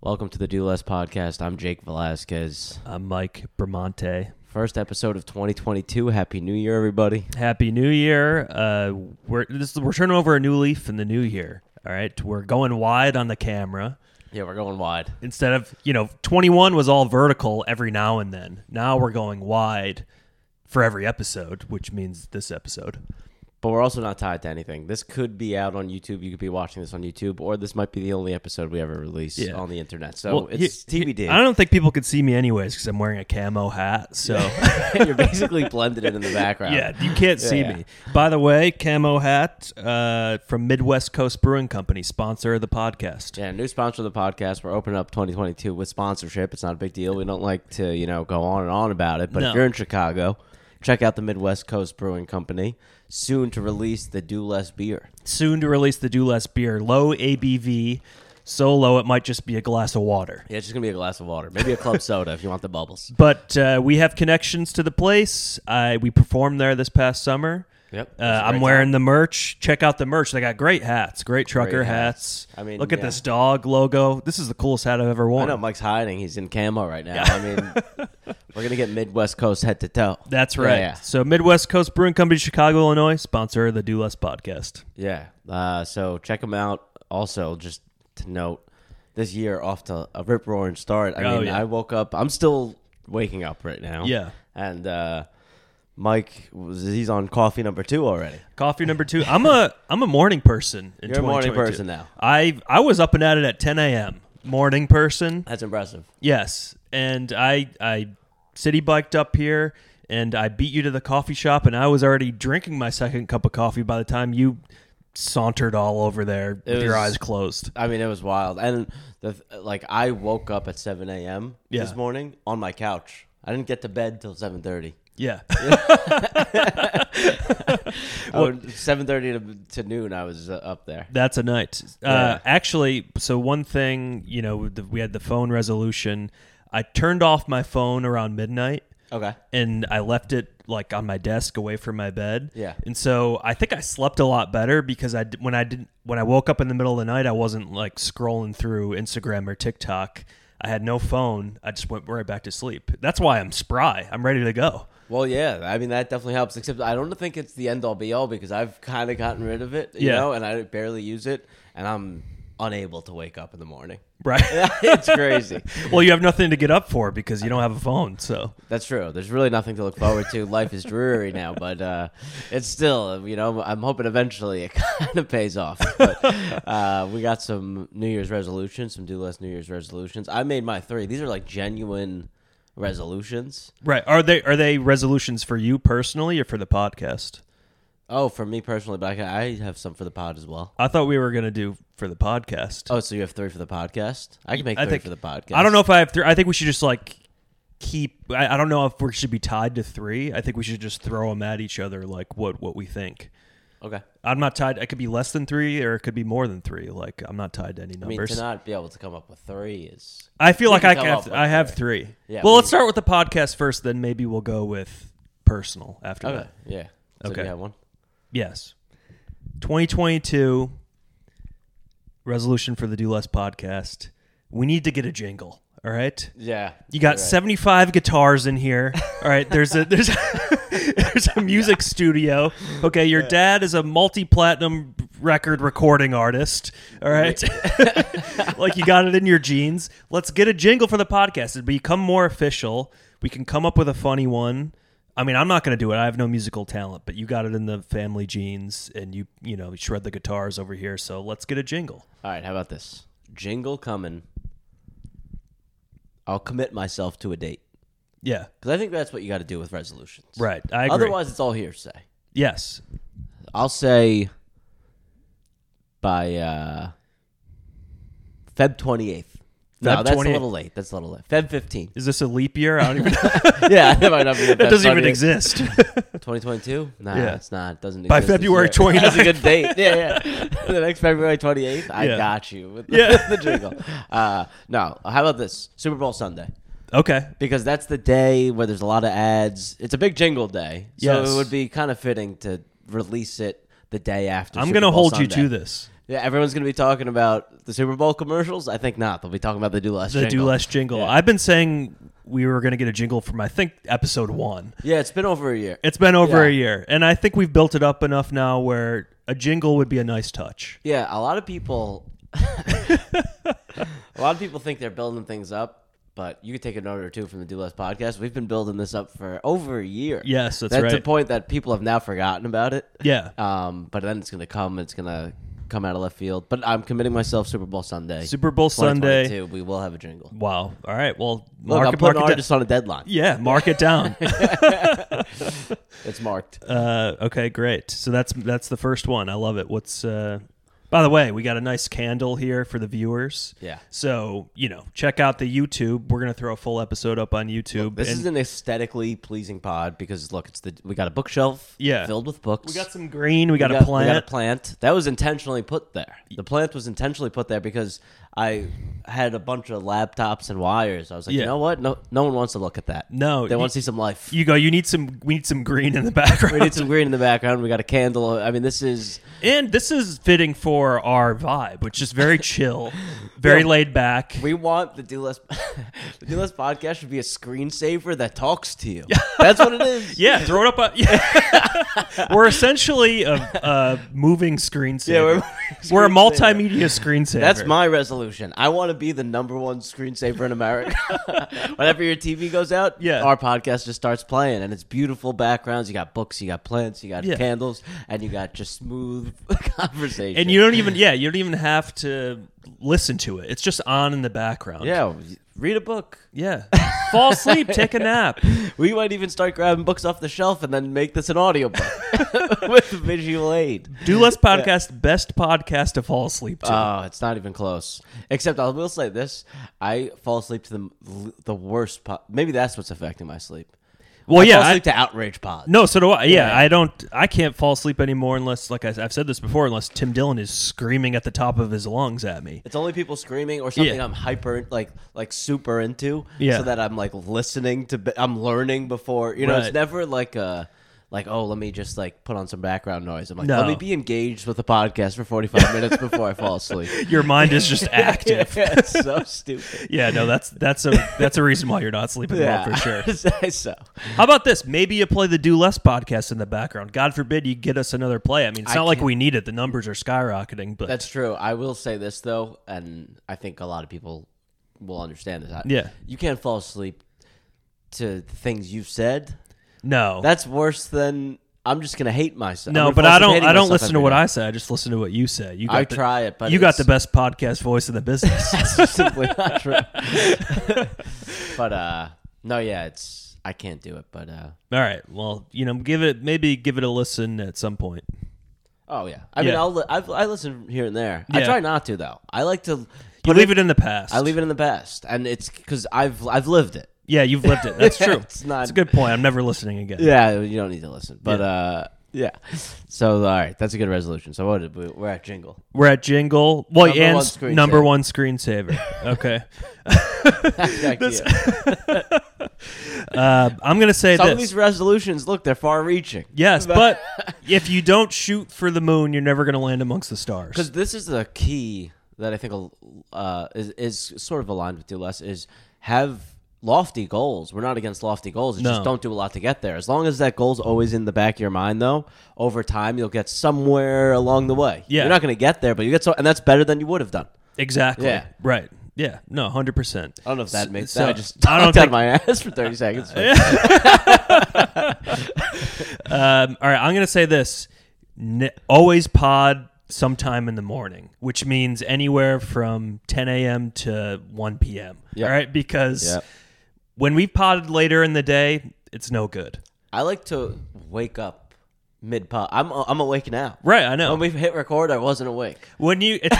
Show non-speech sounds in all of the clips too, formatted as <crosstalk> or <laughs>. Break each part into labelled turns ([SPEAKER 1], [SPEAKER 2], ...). [SPEAKER 1] Welcome to the Do Less podcast. I'm Jake Velasquez.
[SPEAKER 2] I'm Uh, Mike Bramante.
[SPEAKER 1] First episode of 2022. Happy New Year, everybody.
[SPEAKER 2] Happy New Year. Uh, we're this, we're turning over a new leaf in the new year. All right, we're going wide on the camera
[SPEAKER 1] Yeah, we're going wide.
[SPEAKER 2] instead of you know 21 was all vertical every now and then. Now we're going wide for every episode, which means this episode.
[SPEAKER 1] But we're also not tied to anything. This could be out on YouTube. You could be watching this on YouTube, or this might be the only episode we ever release
[SPEAKER 2] Yeah.
[SPEAKER 1] on the internet. So Oh, it's
[SPEAKER 2] he-
[SPEAKER 1] TBD.
[SPEAKER 2] I don't think people could see me anyways because I'm wearing a camo hat. So
[SPEAKER 1] <laughs> You're basically blended in in the background.
[SPEAKER 2] <laughs> yeah, you can't see
[SPEAKER 1] Yeah.
[SPEAKER 2] me. By the way, camo hat uh, from Midwest Coast Brewing Company, sponsor of the podcast.
[SPEAKER 1] Yeah, new sponsor of the podcast. We're opening up 2022 with sponsorship. It's not a big deal. We don't like to, you know, go on and on about it. But if
[SPEAKER 2] No.
[SPEAKER 1] you're in Chicago, check out the Midwest Coast Brewing Company. Soon to release the Do Less beer.
[SPEAKER 2] soon to release the Do Less beer, low ABV, so low it might just be a glass of water.
[SPEAKER 1] Yeah, it's just gonna be a glass of water, maybe a club soda if you want the bubbles.
[SPEAKER 2] But uh, we have connections to the place. I we performed there this past summer.
[SPEAKER 1] Yep, it
[SPEAKER 2] Uh,
[SPEAKER 1] was a
[SPEAKER 2] I'm
[SPEAKER 1] great
[SPEAKER 2] wearing the merch. Check out the merch. They got great hats, great trucker
[SPEAKER 1] hats.
[SPEAKER 2] hats.
[SPEAKER 1] I mean,
[SPEAKER 2] look at
[SPEAKER 1] yeah.
[SPEAKER 2] this dog logo. This is the coolest hat I've ever
[SPEAKER 1] I
[SPEAKER 2] worn.
[SPEAKER 1] know Mike's hiding; he's in camo right now. I mean, we're gonna get Midwest Coast head to toe.
[SPEAKER 2] That's right.
[SPEAKER 1] Yeah,
[SPEAKER 2] So Midwest Coast Brewing Company, Chicago, Illinois, sponsor of the Do Less podcast.
[SPEAKER 1] yeah. Yeah. Uh, so check them out. Also, just to note, this year off to a rip roaring start. I
[SPEAKER 2] Oh,
[SPEAKER 1] mean,
[SPEAKER 2] yeah.
[SPEAKER 1] I woke up. I'm still waking up right now.
[SPEAKER 2] Yeah.
[SPEAKER 1] and uh, Mike was he's on coffee number two already.
[SPEAKER 2] Coffee number two. I'm a I'm a morning person. In
[SPEAKER 1] You're a morning
[SPEAKER 2] 2022.
[SPEAKER 1] person now.
[SPEAKER 2] I I was up and at it at 10 a.m. Morning person.
[SPEAKER 1] That's impressive.
[SPEAKER 2] Yes, and I I city biked up here and I beat you to the coffee shop and I was already drinking my second cup of coffee by the time you sauntered all over there with your
[SPEAKER 1] was-
[SPEAKER 2] eyes closed.
[SPEAKER 1] I mean, it was wild. And the th- like, I woke up at seven a.m. this
[SPEAKER 2] Yeah.
[SPEAKER 1] morning on my couch. I didn't get to bed till seven thirty. <laughs>
[SPEAKER 2] Yeah.
[SPEAKER 1] Seven thirty to, to noon, I was uh, up there.
[SPEAKER 2] That's a night.
[SPEAKER 1] Yeah.
[SPEAKER 2] Uh, actually, so one thing, you know, the, we had the phone resolution. I turned off my phone around midnight
[SPEAKER 1] Okay.
[SPEAKER 2] and I left it like on my desk away from my bed.
[SPEAKER 1] Yeah.
[SPEAKER 2] And so I think I slept a lot better because I d- when I didn't when I woke up in the middle of the night I wasn't like scrolling through Instagram or TikTok. I had no phone. I just went right back to sleep. That's why I'm spry. I'm ready to go. <laughs>
[SPEAKER 1] Well, yeah. I mean, that definitely helps. Except I don't think it's the end all be all because I've kind of gotten rid of it, you
[SPEAKER 2] Yeah.
[SPEAKER 1] know, and I barely use it, and I'm unable to wake up in the morning.
[SPEAKER 2] <laughs>
[SPEAKER 1] <laughs>
[SPEAKER 2] Right.
[SPEAKER 1] it's crazy.
[SPEAKER 2] well, you have nothing to get up for because you don't have a phone. So
[SPEAKER 1] That's true. There's really nothing to look forward to. Life is dreary now, but uh, it's still, you know, I'm hoping eventually it <laughs> kind of pays off. But uh, we got some New Year's resolutions, some do less New Year's resolutions. I made my three. These are like genuine resolutions.
[SPEAKER 2] right. Are they are they resolutions for you personally or for the podcast?
[SPEAKER 1] Oh, for me personally, but I, can, I have some for the pod as well.
[SPEAKER 2] I thought we were gonna do for the podcast.
[SPEAKER 1] Oh, so you have three for the podcast? I can make
[SPEAKER 2] I
[SPEAKER 1] three
[SPEAKER 2] think-
[SPEAKER 1] for the podcast.
[SPEAKER 2] I don't know if I have three. I think we should just like keep. I, I don't know if we should be tied to three. I think we should just throw them at each other, like what what we think.
[SPEAKER 1] Okay.
[SPEAKER 2] I'm not tied. I could be less than three, or it could be more than three. Like I'm not tied to any
[SPEAKER 1] I mean, to
[SPEAKER 2] numbers. I,
[SPEAKER 1] not be able to come up with three is
[SPEAKER 2] feel like
[SPEAKER 1] can
[SPEAKER 2] I
[SPEAKER 1] come
[SPEAKER 2] can
[SPEAKER 1] up with
[SPEAKER 2] have, I have three.
[SPEAKER 1] Yeah,
[SPEAKER 2] well,
[SPEAKER 1] we-
[SPEAKER 2] let's start with the podcast first, then maybe we'll go with personal after
[SPEAKER 1] okay.
[SPEAKER 2] that.
[SPEAKER 1] Yeah. So do
[SPEAKER 2] Okay.
[SPEAKER 1] you have one?
[SPEAKER 2] Yes, 2022 resolution for the Do Less podcast. We need to get a jingle. All right.
[SPEAKER 1] Yeah.
[SPEAKER 2] You got
[SPEAKER 1] Right.
[SPEAKER 2] 75 guitars
[SPEAKER 1] <laughs>
[SPEAKER 2] in here. All right, there's a <laughs> there's there's a music studio. Okay, your dad is a multi-platinum record recording artist. All right. <laughs> like you got it in your jeans. Let's get a jingle for the podcast. It'd become more official. We can come up with a funny one. I mean, I'm not going to do it. I have no musical talent, but you got it in the family genes and you, you know, you shred the guitars over here, so let's get a jingle.
[SPEAKER 1] All right, how about this? Jingle coming. I'll commit myself to a date
[SPEAKER 2] Yeah.
[SPEAKER 1] because I think that's what you got to do with resolutions.
[SPEAKER 2] Right. I agree.
[SPEAKER 1] Otherwise, it's all hearsay.
[SPEAKER 2] yes.
[SPEAKER 1] I'll say by uh, Feb twenty eighth. No,
[SPEAKER 2] Feb
[SPEAKER 1] that's a
[SPEAKER 2] 28th.
[SPEAKER 1] little late. That's a little late. Feb fifteenth.
[SPEAKER 2] Is this a leap year? I don't even
[SPEAKER 1] <laughs>
[SPEAKER 2] <laughs>
[SPEAKER 1] yeah, that might not be.
[SPEAKER 2] That doesn't even exist.
[SPEAKER 1] Twenty twenty two. Nah,
[SPEAKER 2] Yeah.
[SPEAKER 1] it's not. Doesn't
[SPEAKER 2] By
[SPEAKER 1] exist this
[SPEAKER 2] February
[SPEAKER 1] year. <laughs> That's a good date. Yeah, yeah. <laughs> the next February twenty eighth. I
[SPEAKER 2] Yeah.
[SPEAKER 1] got you with the, <laughs>
[SPEAKER 2] Yeah.
[SPEAKER 1] the jingle. Uh, no, how about this? Super Bowl Sunday.
[SPEAKER 2] <laughs> okay.
[SPEAKER 1] because that's the day where there's a lot of ads. It's a big jingle day, so
[SPEAKER 2] Yes.
[SPEAKER 1] it would be kind of fitting to release it the day after.
[SPEAKER 2] I'm
[SPEAKER 1] Super
[SPEAKER 2] going to
[SPEAKER 1] Bowl
[SPEAKER 2] hold you
[SPEAKER 1] Sunday.
[SPEAKER 2] to this.
[SPEAKER 1] Yeah, everyone's gonna be talking about the Super Bowl commercials. I think not. They'll be talking about the do less.
[SPEAKER 2] The
[SPEAKER 1] jingle.
[SPEAKER 2] do less jingle.
[SPEAKER 1] Yeah.
[SPEAKER 2] I've been saying we were going to get a jingle from I think episode one.
[SPEAKER 1] Yeah, it's been over a year.
[SPEAKER 2] It's been over a
[SPEAKER 1] Yeah.
[SPEAKER 2] year, and I think we've built it up enough now where a jingle would be a nice touch.
[SPEAKER 1] Yeah, a lot of
[SPEAKER 2] <laughs>
[SPEAKER 1] people. <laughs> a lot of people think they're building things up, but you could take a note or two from the Do Less podcast. We've been building this up for over a year.
[SPEAKER 2] Yes, that's
[SPEAKER 1] that's a
[SPEAKER 2] right.
[SPEAKER 1] point that people have now forgotten about it.
[SPEAKER 2] Yeah.
[SPEAKER 1] Um, but then it's gonna come. It's gonna come out of left field. But I'm committing myself Super Bowl Sunday.
[SPEAKER 2] Super Bowl Sunday.
[SPEAKER 1] 2022, We will have a jingle.
[SPEAKER 2] Wow. All right. Well,
[SPEAKER 1] Look,
[SPEAKER 2] mark
[SPEAKER 1] I'm
[SPEAKER 2] it-
[SPEAKER 1] putting
[SPEAKER 2] mark it down.
[SPEAKER 1] artists on a deadline.
[SPEAKER 2] Yeah, mark it down.
[SPEAKER 1] It's marked.
[SPEAKER 2] uh, okay, great. So that's that's the first one. I love it. What's uh, by the way, we got a nice candle here for the viewers.
[SPEAKER 1] Yeah.
[SPEAKER 2] So you know, check out the YouTube. We're gonna throw a full episode up on YouTube.
[SPEAKER 1] This
[SPEAKER 2] and
[SPEAKER 1] is an aesthetically pleasing pod because look, it's the we got a bookshelf
[SPEAKER 2] Yeah.
[SPEAKER 1] filled with books.
[SPEAKER 2] we got some green. We got,
[SPEAKER 1] We
[SPEAKER 2] a
[SPEAKER 1] We got a
[SPEAKER 2] plant.
[SPEAKER 1] plant that was intentionally put there. The plant was intentionally put there because I had a bunch of laptops and wires. I was like,
[SPEAKER 2] Yeah.
[SPEAKER 1] you know what? No, no one wants to look at that.
[SPEAKER 2] No,
[SPEAKER 1] they
[SPEAKER 2] you-
[SPEAKER 1] want to see some life.
[SPEAKER 2] You go. You need some. We need some green in the <laughs>
[SPEAKER 1] <laughs>
[SPEAKER 2] background.
[SPEAKER 1] we need some green in the background. We got a candle. I mean, this is
[SPEAKER 2] and this is fitting for our vibe, which
[SPEAKER 1] <laughs>
[SPEAKER 2] is very chill, very laid back.
[SPEAKER 1] we want the do less. <laughs> the do less podcast should be a screensaver that talks to you. <laughs> That's what it is.
[SPEAKER 2] Yeah, throw it up. On, <laughs> yeah. we're essentially a, a moving screensaver.
[SPEAKER 1] <laughs> Yeah, we're a <laughs>
[SPEAKER 2] we're,
[SPEAKER 1] moving
[SPEAKER 2] a
[SPEAKER 1] screensaver.
[SPEAKER 2] multimedia screensaver.
[SPEAKER 1] That's my resolution. I want to be the number one screensaver in
[SPEAKER 2] <laughs>
[SPEAKER 1] America. Whenever your TV goes out,
[SPEAKER 2] Yeah.
[SPEAKER 1] our podcast just starts playing, and it's beautiful backgrounds. You got books, you got plants, you got
[SPEAKER 2] Yeah.
[SPEAKER 1] candles, and you got just smooth <laughs> conversation.
[SPEAKER 2] And you don't even yeah, you don't even have to listen to it. It's just on in the background.
[SPEAKER 1] yeah, read a book.
[SPEAKER 2] Yeah. Fall asleep, take a nap.
[SPEAKER 1] We might even start grabbing books off the shelf and then make this an audiobook <laughs> with visual aid.
[SPEAKER 2] <laughs> Do less podcast, best podcast to fall asleep to.
[SPEAKER 1] Oh, it's not even close. Except I will say this: I fall asleep to the the worst. Po- Maybe that's what's affecting my sleep.
[SPEAKER 2] well,
[SPEAKER 1] I
[SPEAKER 2] yeah,
[SPEAKER 1] fall
[SPEAKER 2] I-
[SPEAKER 1] asleep to outrage pods.
[SPEAKER 2] no, so do I. Yeah,
[SPEAKER 1] Yeah.
[SPEAKER 2] I don't. I can't fall asleep anymore unless, like I, I've said this before, unless Tim Dillon is screaming at the top of his lungs at me.
[SPEAKER 1] It's only people screaming or something
[SPEAKER 2] Yeah.
[SPEAKER 1] I'm hyper like like super into,
[SPEAKER 2] Yeah.
[SPEAKER 1] so that I'm like listening to. b- I'm learning before you know.
[SPEAKER 2] Right.
[SPEAKER 1] It's never like a like oh let me just like put on some background noise. I'm like
[SPEAKER 2] No.
[SPEAKER 1] let me be engaged with the podcast for
[SPEAKER 2] <laughs>
[SPEAKER 1] 45 minutes before I fall asleep.
[SPEAKER 2] Your mind
[SPEAKER 1] <laughs>
[SPEAKER 2] is just <laughs> active.
[SPEAKER 1] Yeah, it's so
[SPEAKER 2] <laughs>
[SPEAKER 1] stupid.
[SPEAKER 2] Yeah, no, that's that's a that's a reason why you're not sleeping
[SPEAKER 1] Yeah,
[SPEAKER 2] well for sure.
[SPEAKER 1] I'd say <laughs> so.
[SPEAKER 2] How about this? Maybe you play the Do Less podcast in the background. God forbid you get us another play. I mean, it's
[SPEAKER 1] I
[SPEAKER 2] not like
[SPEAKER 1] can't-
[SPEAKER 2] we need it. The numbers are skyrocketing, but
[SPEAKER 1] That's true. I will say this though, and I think a lot of people will understand this. I-
[SPEAKER 2] Yeah.
[SPEAKER 1] you can't fall asleep to things you've said.
[SPEAKER 2] no,
[SPEAKER 1] That's worse than I'm just gonna hate myself.
[SPEAKER 2] no.
[SPEAKER 1] I'm gonna
[SPEAKER 2] But
[SPEAKER 1] fall
[SPEAKER 2] I
[SPEAKER 1] asleep
[SPEAKER 2] don't.
[SPEAKER 1] hating
[SPEAKER 2] I don't
[SPEAKER 1] myself
[SPEAKER 2] listen to
[SPEAKER 1] every
[SPEAKER 2] what
[SPEAKER 1] day.
[SPEAKER 2] I say. I just listen to what you say. You got
[SPEAKER 1] I
[SPEAKER 2] the,
[SPEAKER 1] try it, but
[SPEAKER 2] you got the
[SPEAKER 1] it's-
[SPEAKER 2] best podcast voice in the
[SPEAKER 1] <laughs>
[SPEAKER 2] business.
[SPEAKER 1] That's simply not true.
[SPEAKER 2] <laughs>
[SPEAKER 1] but uh, no, yeah, it's I can't do it. But uh,
[SPEAKER 2] All right. Well, you know, give it maybe give it a listen at some point.
[SPEAKER 1] oh yeah, I mean,
[SPEAKER 2] Yeah.
[SPEAKER 1] I'll li- I've, I listen here and there. I
[SPEAKER 2] Yeah.
[SPEAKER 1] try not to though. I like to
[SPEAKER 2] You leave it in the past.
[SPEAKER 1] I leave it in the past, and it's because I've I've lived it.
[SPEAKER 2] Yeah, you've lived
[SPEAKER 1] <laughs>
[SPEAKER 2] it. That's true.
[SPEAKER 1] It's not-
[SPEAKER 2] It's a good point. I'm never listening again.
[SPEAKER 1] Yeah, you don't need to listen. But uh, yeah. So all right, that's a good resolution. So what did we, we're at
[SPEAKER 2] <laughs>
[SPEAKER 1] jingle.
[SPEAKER 2] We're at jingle. Well,
[SPEAKER 1] Number
[SPEAKER 2] and
[SPEAKER 1] one
[SPEAKER 2] s-
[SPEAKER 1] screensaver.
[SPEAKER 2] number one screensaver.
[SPEAKER 1] <laughs>
[SPEAKER 2] Okay.
[SPEAKER 1] Back to you.
[SPEAKER 2] Uh, I'm gonna say
[SPEAKER 1] Some
[SPEAKER 2] <laughs> this.
[SPEAKER 1] of these resolutions, look, they're far-reaching. <laughs>
[SPEAKER 2] Yes, but if you don't shoot for the moon, you're never going to land amongst the stars.
[SPEAKER 1] because this is the key that I think uh, is is sort of aligned with do less is have lofty goals. We're not against lofty goals. It's
[SPEAKER 2] No.
[SPEAKER 1] just don't do a lot to get there. As long as that goal's always in the back of your mind, though, over time you'll get somewhere along the way.
[SPEAKER 2] Yeah.
[SPEAKER 1] you're not going to get there, but you get so, and that's better than you would have done.
[SPEAKER 2] Exactly.
[SPEAKER 1] Yeah.
[SPEAKER 2] Right. Yeah. No, 100%.
[SPEAKER 1] I don't know if <laughs> that makes
[SPEAKER 2] so-
[SPEAKER 1] sense. I just
[SPEAKER 2] <laughs> I don't
[SPEAKER 1] talked out
[SPEAKER 2] think-
[SPEAKER 1] my ass for
[SPEAKER 2] <laughs>
[SPEAKER 1] thirty seconds. but-
[SPEAKER 2] Um, all right. I'm going to say this N- always pod sometime in the morning, which means anywhere from 10 a.m. to 1 p.m.
[SPEAKER 1] Yep.
[SPEAKER 2] All right. Because
[SPEAKER 1] Yep.
[SPEAKER 2] when we potted later in the day, it's no good.
[SPEAKER 1] I like to wake up mid pod. I'm uh, I'm awake now.
[SPEAKER 2] Right. I know.
[SPEAKER 1] When we hit record, I wasn't awake.
[SPEAKER 2] when you, it's,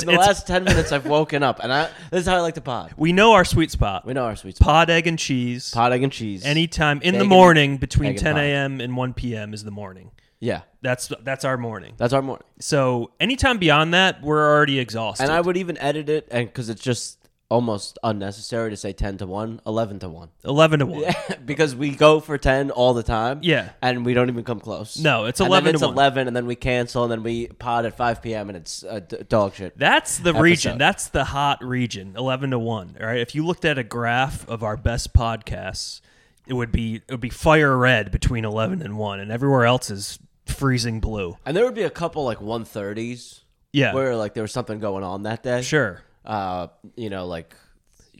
[SPEAKER 1] <laughs> In the
[SPEAKER 2] it's-
[SPEAKER 1] last ten minutes, I've woken up, and I this is how I like to pod.
[SPEAKER 2] we know our sweet spot.
[SPEAKER 1] We know
[SPEAKER 2] <laughs>
[SPEAKER 1] our sweet spot.
[SPEAKER 2] Pod, egg, and cheese.
[SPEAKER 1] Pot egg and cheese.
[SPEAKER 2] Anytime in
[SPEAKER 1] Egg
[SPEAKER 2] the
[SPEAKER 1] and-
[SPEAKER 2] morning between
[SPEAKER 1] egg and
[SPEAKER 2] 10
[SPEAKER 1] pie.
[SPEAKER 2] a.m. and 1 p.m. is the morning.
[SPEAKER 1] yeah,
[SPEAKER 2] That's that's our morning.
[SPEAKER 1] that's our morning.
[SPEAKER 2] So anytime beyond that, we're already exhausted.
[SPEAKER 1] And I would even edit it, and because it's just almost unnecessary to say 10 to 1, 11 to 1.
[SPEAKER 2] 11 to 1.
[SPEAKER 1] <laughs> because we go for 10 all the time.
[SPEAKER 2] Yeah.
[SPEAKER 1] And we don't even come close.
[SPEAKER 2] No, it's
[SPEAKER 1] And then
[SPEAKER 2] 11 to
[SPEAKER 1] it's
[SPEAKER 2] 1.
[SPEAKER 1] 11, and then we cancel, and then we pod at 5 p.m., and it's uh, d- dog shit.
[SPEAKER 2] That's the region.
[SPEAKER 1] episode.
[SPEAKER 2] That's the hot region. Eleven to one. All right. If you looked at a graph of our best podcasts, it would be it would be fire red between eleven and one, and everywhere else is freezing blue.
[SPEAKER 1] and there would be a couple like 130s
[SPEAKER 2] Yeah.
[SPEAKER 1] where like there was something going on that day.
[SPEAKER 2] Sure.
[SPEAKER 1] Uh, you know, like,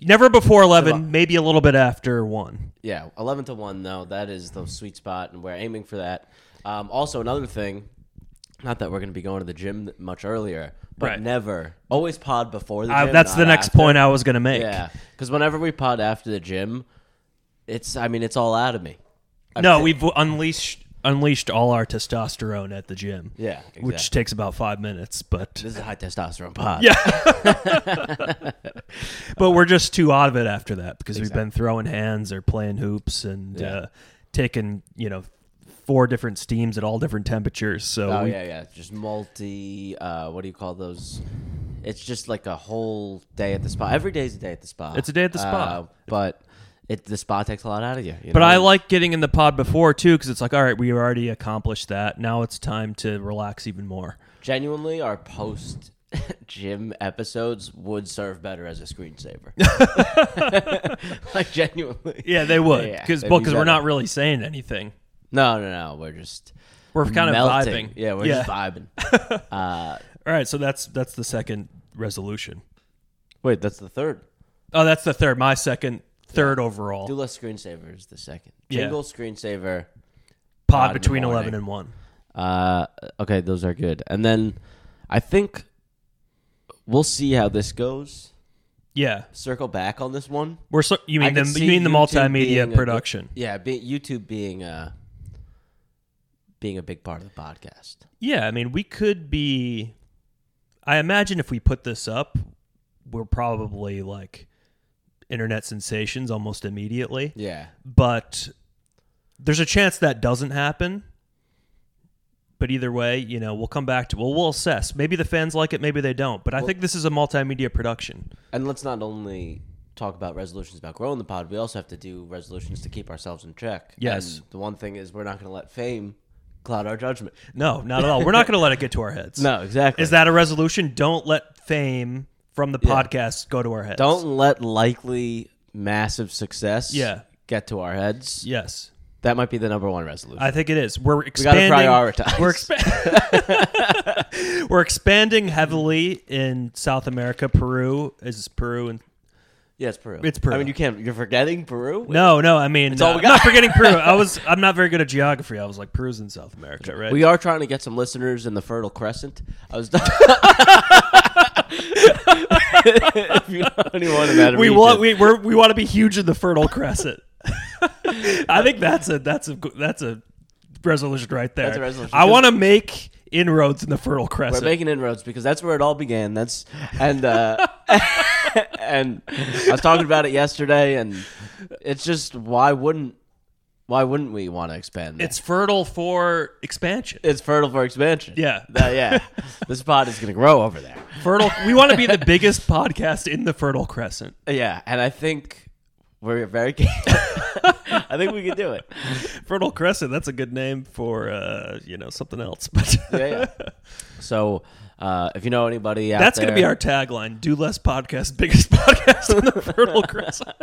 [SPEAKER 2] Never before eleven. Maybe a little bit after one.
[SPEAKER 1] yeah, 11 to 1, though, that is the sweet spot, and we're aiming for that. Um, also, another thing, not that we're going to be going to the gym much earlier, but
[SPEAKER 2] Right.
[SPEAKER 1] never. Always pod before the
[SPEAKER 2] I,
[SPEAKER 1] gym.
[SPEAKER 2] that's the
[SPEAKER 1] not
[SPEAKER 2] next
[SPEAKER 1] after.
[SPEAKER 2] point I was gonna make.
[SPEAKER 1] Yeah, because whenever we pod after the gym, it's I mean it's all out of me.
[SPEAKER 2] No, we've unleashed unleashed all our testosterone at the gym.
[SPEAKER 1] Yeah, exactly.
[SPEAKER 2] Which takes about five minutes, but
[SPEAKER 1] this is a high testosterone pod.
[SPEAKER 2] Yeah. but we're just too out of it after that because we've been throwing hands or playing hoops and uh, taking you know four different steams at all different temperatures. So
[SPEAKER 1] Oh
[SPEAKER 2] we,
[SPEAKER 1] yeah, yeah. Just multi. Uh, what do you call those? It's just like a whole day at the spa. Every day's a day at the spa.
[SPEAKER 2] It's a day at the spa.
[SPEAKER 1] Uh, but it the spa takes a lot out of you. you
[SPEAKER 2] but
[SPEAKER 1] know?
[SPEAKER 2] I like getting in the pod before too because it's like all right, we already accomplished that. Now it's time to relax even more.
[SPEAKER 1] genuinely our post gym episodes would serve better as a
[SPEAKER 2] <laughs>
[SPEAKER 1] screensaver. like genuinely.
[SPEAKER 2] Yeah, they would
[SPEAKER 1] Yeah,
[SPEAKER 2] because
[SPEAKER 1] they'd be
[SPEAKER 2] we're
[SPEAKER 1] better.
[SPEAKER 2] not really saying anything.
[SPEAKER 1] No, no, no. We're just
[SPEAKER 2] We're kind of
[SPEAKER 1] melting.
[SPEAKER 2] vibing.
[SPEAKER 1] Yeah, we're just vibing. uh,
[SPEAKER 2] all right. So that's that's the second resolution.
[SPEAKER 1] wait, that's the third.
[SPEAKER 2] Oh, that's the third. My second, third overall
[SPEAKER 1] Do less screensaver is the second.
[SPEAKER 2] Yeah.
[SPEAKER 1] Jingle screensaver. pod in
[SPEAKER 2] pod
[SPEAKER 1] the
[SPEAKER 2] between
[SPEAKER 1] morning.
[SPEAKER 2] eleven and one.
[SPEAKER 1] Uh, okay, those are good. And then I think we'll see how this goes.
[SPEAKER 2] Yeah,
[SPEAKER 1] Circle back on this one.
[SPEAKER 2] We're so you
[SPEAKER 1] I
[SPEAKER 2] mean
[SPEAKER 1] could
[SPEAKER 2] the
[SPEAKER 1] see
[SPEAKER 2] you mean the
[SPEAKER 1] YouTube
[SPEAKER 2] multimedia
[SPEAKER 1] being a-
[SPEAKER 2] production?
[SPEAKER 1] Yeah, be, YouTube being uh being a big part of the podcast.
[SPEAKER 2] yeah, I mean we could be. I imagine if we put this up, we're probably like internet sensations almost immediately.
[SPEAKER 1] Yeah.
[SPEAKER 2] But there's a chance that doesn't happen. But either way, you know we'll come back to well we'll assess. Maybe the fans like it, maybe they don't. But I think this is a multimedia production.
[SPEAKER 1] And let's not only talk about resolutions about growing the pod, we also have to do resolutions to keep ourselves in check.
[SPEAKER 2] Yes.
[SPEAKER 1] And the one thing is we're not going to let fame cloud our judgment.
[SPEAKER 2] No, not at all. We're not going to let it get to our heads.
[SPEAKER 1] <laughs> No, exactly.
[SPEAKER 2] Is that a resolution? Don't let fame from the podcast go to our heads.
[SPEAKER 1] Don't let likely massive success
[SPEAKER 2] Yeah.
[SPEAKER 1] get to our heads.
[SPEAKER 2] Yes.
[SPEAKER 1] That might be the number one resolution.
[SPEAKER 2] I think it is. We're
[SPEAKER 1] gotta
[SPEAKER 2] expanding.
[SPEAKER 1] prioritize.
[SPEAKER 2] We're, expa- <laughs> we're expanding heavily in South America. Peru is Peru, and
[SPEAKER 1] yes, Peru.
[SPEAKER 2] It's Peru.
[SPEAKER 1] I mean, you can't. You're forgetting Peru.
[SPEAKER 2] no, no. I mean,
[SPEAKER 1] all
[SPEAKER 2] no,
[SPEAKER 1] we
[SPEAKER 2] I'm not forgetting Peru. I
[SPEAKER 1] <laughs>
[SPEAKER 2] was. I'm not very good at geography. I was like Peru's in South America, right?
[SPEAKER 1] We are trying to get some listeners in the Fertile Crescent. I
[SPEAKER 2] <laughs>
[SPEAKER 1] was. <laughs> if you know anyone in that
[SPEAKER 2] we
[SPEAKER 1] region.
[SPEAKER 2] want we we're, we want to be huge in the Fertile Crescent. <laughs> I think that's a that's a go- that's a resolution right there.
[SPEAKER 1] That's a resolution.
[SPEAKER 2] I want to make inroads in the Fertile Crescent.
[SPEAKER 1] We're making inroads because that's where it all began. That's and
[SPEAKER 2] <laughs>
[SPEAKER 1] uh, and I was talking about it yesterday, and it's just why wouldn't why wouldn't we want to expand? That?
[SPEAKER 2] it's fertile for expansion.
[SPEAKER 1] it's fertile for expansion.
[SPEAKER 2] Yeah.
[SPEAKER 1] That-
[SPEAKER 2] <laughs>
[SPEAKER 1] yeah. this pod is going to grow over there.
[SPEAKER 2] Fertile. We want to be <laughs> the biggest podcast in the Fertile Crescent.
[SPEAKER 1] Yeah, and I think we're very. <laughs> ca- I think we can do it.
[SPEAKER 2] Fertile Crescent. That's a good name for uh, you know something else. <laughs> But
[SPEAKER 1] Yeah, yeah. So, uh, if you know anybody out
[SPEAKER 2] that's going to be
[SPEAKER 1] there-
[SPEAKER 2] our tagline: "Do less podcast, biggest <laughs> podcast in the Fertile Crescent."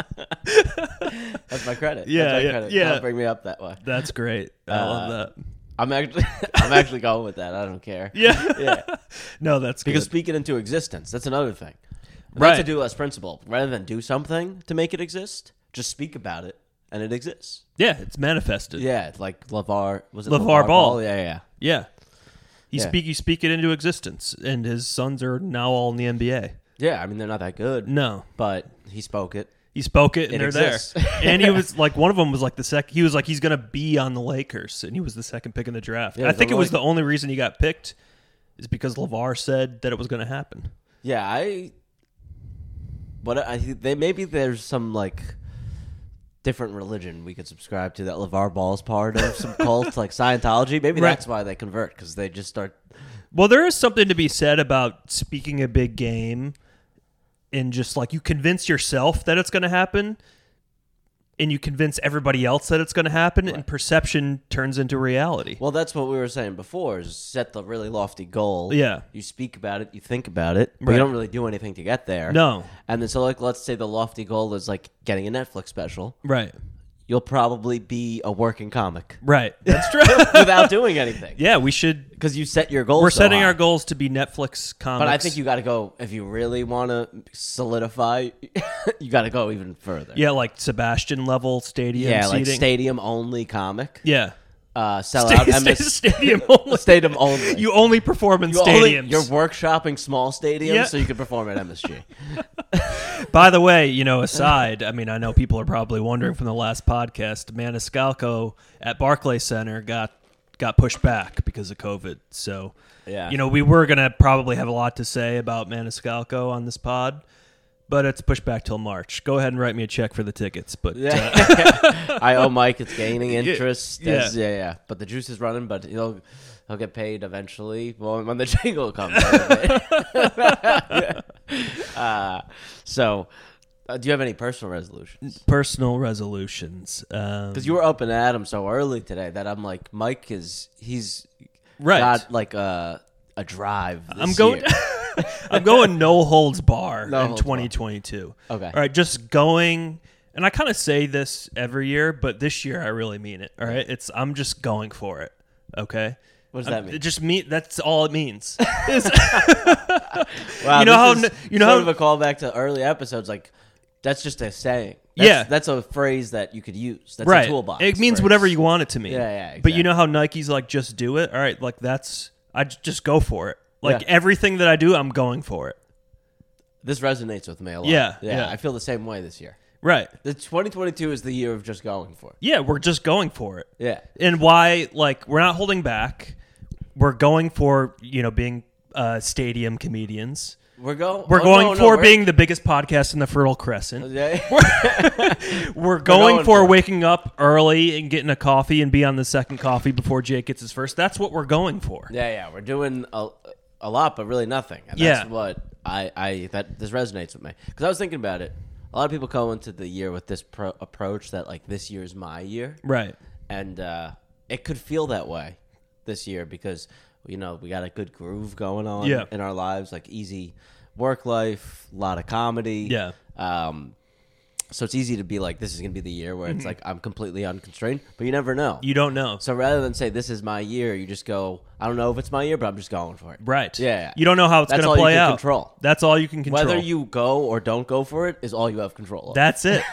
[SPEAKER 1] that's my credit.
[SPEAKER 2] Yeah,
[SPEAKER 1] that's my
[SPEAKER 2] yeah,
[SPEAKER 1] credit.
[SPEAKER 2] yeah.
[SPEAKER 1] Don't bring me up that way.
[SPEAKER 2] <laughs> That's great. I love
[SPEAKER 1] Uh,
[SPEAKER 2] that.
[SPEAKER 1] I'm actually, <laughs> I'm actually going with that. I don't care.
[SPEAKER 2] Yeah.
[SPEAKER 1] yeah.
[SPEAKER 2] <laughs> No, that's
[SPEAKER 1] Because
[SPEAKER 2] because
[SPEAKER 1] speak it into existence. That's another thing.
[SPEAKER 2] Right.
[SPEAKER 1] That's a do less principle. Rather than do something to make it exist, just speak about it and it exists.
[SPEAKER 2] yeah, it's manifested. Yeah,
[SPEAKER 1] Yeah, it's like LeVar was it
[SPEAKER 2] LeVar Ball.
[SPEAKER 1] Yeah, yeah.
[SPEAKER 2] you
[SPEAKER 1] Yeah.
[SPEAKER 2] speak, you speak it into existence, and his sons are now all in the NBA.
[SPEAKER 1] Yeah, I mean they're not that good,
[SPEAKER 2] No,
[SPEAKER 1] but he spoke it.
[SPEAKER 2] he spoke it, and
[SPEAKER 1] It
[SPEAKER 2] they're
[SPEAKER 1] exists. <laughs>
[SPEAKER 2] there. and he was like, one of them was like the second. He was like, he's gonna be on the Lakers, and he was the second pick in the draft.
[SPEAKER 1] Yeah,
[SPEAKER 2] I think
[SPEAKER 1] the
[SPEAKER 2] it was
[SPEAKER 1] Lake-
[SPEAKER 2] the only reason he got picked, is because Levar said that it was gonna happen.
[SPEAKER 1] Yeah, I. But I think they maybe there's some like different religion we could subscribe to that LeVar Ball's part of
[SPEAKER 2] <laughs>
[SPEAKER 1] some cult like Scientology. Maybe
[SPEAKER 2] Right.
[SPEAKER 1] that's why they convert because they just start
[SPEAKER 2] Well, there is something to be said about speaking a big game and just like you convince yourself that it's going to happen and you convince everybody else that it's going to happen and perception turns into reality.
[SPEAKER 1] Well, that's what we were saying before. Is set the really lofty goal.
[SPEAKER 2] Yeah.
[SPEAKER 1] You speak about it. You think about it. But
[SPEAKER 2] Right.
[SPEAKER 1] you don't really do anything to get there.
[SPEAKER 2] No.
[SPEAKER 1] And then so like let's say the lofty goal is like getting a Netflix special.
[SPEAKER 2] Right.
[SPEAKER 1] You'll probably be a working comic
[SPEAKER 2] Right. That's true.
[SPEAKER 1] <laughs> without doing anything.
[SPEAKER 2] yeah, we should
[SPEAKER 1] Because you set your goal.
[SPEAKER 2] we're
[SPEAKER 1] so
[SPEAKER 2] setting
[SPEAKER 1] high.
[SPEAKER 2] our goals to be Netflix comics.
[SPEAKER 1] But I think you got to go if you really want to solidify. <laughs> you got to go even further.
[SPEAKER 2] yeah, like Sebastian level stadium
[SPEAKER 1] Yeah,
[SPEAKER 2] seating.
[SPEAKER 1] like stadium only comic.
[SPEAKER 2] yeah.
[SPEAKER 1] Uh, sell out
[SPEAKER 2] <laughs> Sta-
[SPEAKER 1] MS
[SPEAKER 2] stadium
[SPEAKER 1] <laughs>
[SPEAKER 2] only.
[SPEAKER 1] stadium only.
[SPEAKER 2] You only perform in
[SPEAKER 1] You only-
[SPEAKER 2] stadiums.
[SPEAKER 1] you're workshopping small stadiums
[SPEAKER 2] Yeah.
[SPEAKER 1] so you can perform at
[SPEAKER 2] <laughs>
[SPEAKER 1] MSG.
[SPEAKER 2] By the way, you know, aside, I mean, I know people are probably wondering from the last podcast, Maniscalco at Barclay Center got got pushed back because of COVID. So,
[SPEAKER 1] Yeah.
[SPEAKER 2] you know, we were gonna probably have a lot to say about Maniscalco on this pod, but it's pushed back till March. Go ahead and write me a check for the tickets, but uh,
[SPEAKER 1] I owe Mike. It's gaining interest.
[SPEAKER 2] yeah.
[SPEAKER 1] There's- Yeah. yeah, But the juice is running. But he'll he'll get paid eventually. Well, when the <laughs> jingle comes. <laughs> uh, so, uh, do you have any personal resolutions?
[SPEAKER 2] personal resolutions. Um,
[SPEAKER 1] Because you were up and at him so early today that I'm like, Mike is he's
[SPEAKER 2] Right.
[SPEAKER 1] got like a a drive. This
[SPEAKER 2] I'm going.
[SPEAKER 1] year.
[SPEAKER 2] I'm going no holds bar
[SPEAKER 1] No
[SPEAKER 2] in
[SPEAKER 1] holds bar.
[SPEAKER 2] 2022.
[SPEAKER 1] Okay.
[SPEAKER 2] All right, just going, and I kind of say this every year, but this year I really mean it. All right, it's I'm just going for it. Okay.
[SPEAKER 1] What does
[SPEAKER 2] I'm-
[SPEAKER 1] that mean?
[SPEAKER 2] It just mean that's all
[SPEAKER 1] <laughs>
[SPEAKER 2] it means.
[SPEAKER 1] Wow,
[SPEAKER 2] You know
[SPEAKER 1] this
[SPEAKER 2] how-
[SPEAKER 1] is
[SPEAKER 2] you know
[SPEAKER 1] sort
[SPEAKER 2] how-
[SPEAKER 1] of a callback to early episodes. Like that's just a saying. That's,
[SPEAKER 2] Yeah.
[SPEAKER 1] that's a phrase that you could use. That's
[SPEAKER 2] right.
[SPEAKER 1] a toolbox.
[SPEAKER 2] It means
[SPEAKER 1] phrase.
[SPEAKER 2] whatever you want it to mean.
[SPEAKER 1] Yeah, yeah,
[SPEAKER 2] But you
[SPEAKER 1] exactly.
[SPEAKER 2] know how Nike's like just do it. All right, like that's I j- just go for it. Like
[SPEAKER 1] Yeah.
[SPEAKER 2] everything that I do, I'm going for it.
[SPEAKER 1] This resonates with me a lot.
[SPEAKER 2] Yeah,
[SPEAKER 1] yeah,
[SPEAKER 2] yeah.
[SPEAKER 1] I feel the same way this year.
[SPEAKER 2] Right.
[SPEAKER 1] The 2022 is the year of just going for it.
[SPEAKER 2] Yeah, we're just going for it.
[SPEAKER 1] Yeah,
[SPEAKER 2] and why like we're not holding back we're going for you know being uh, stadium comedians
[SPEAKER 1] Oh, we're going.
[SPEAKER 2] we're going for being the biggest podcast in the fertile crescent
[SPEAKER 1] <laughs> Yeah,
[SPEAKER 2] we're going,
[SPEAKER 1] going
[SPEAKER 2] for,
[SPEAKER 1] for it.
[SPEAKER 2] waking up early and getting a coffee and be on the second coffee before jake gets his first that's what we're going for
[SPEAKER 1] yeah, yeah. We're doing a, a lot, but really nothing. And
[SPEAKER 2] Yeah.
[SPEAKER 1] that's what I, I that this resonates with me because I was thinking about it. A lot of people go into the year with this pro- approach that like this year is my year,
[SPEAKER 2] right
[SPEAKER 1] and uh, it could feel that way this year because you know we got a good groove going on
[SPEAKER 2] Yeah.
[SPEAKER 1] in our lives, like easy work life, a lot of comedy.
[SPEAKER 2] Yeah.
[SPEAKER 1] Um, so it's easy to be like, this is gonna be the year where it's like I'm completely unconstrained, but you never know.
[SPEAKER 2] Mm-hmm. you don't know
[SPEAKER 1] so rather than say this is my year, you just go, I don't know if it's my year, but I'm just going for it.
[SPEAKER 2] right
[SPEAKER 1] Yeah.
[SPEAKER 2] you don't know how it's
[SPEAKER 1] That's
[SPEAKER 2] going to
[SPEAKER 1] all you can
[SPEAKER 2] play out
[SPEAKER 1] control.
[SPEAKER 2] that's all you can control
[SPEAKER 1] Whether you go or don't go for it is all you have control of.
[SPEAKER 2] That's
[SPEAKER 1] <laughs>
[SPEAKER 2] it.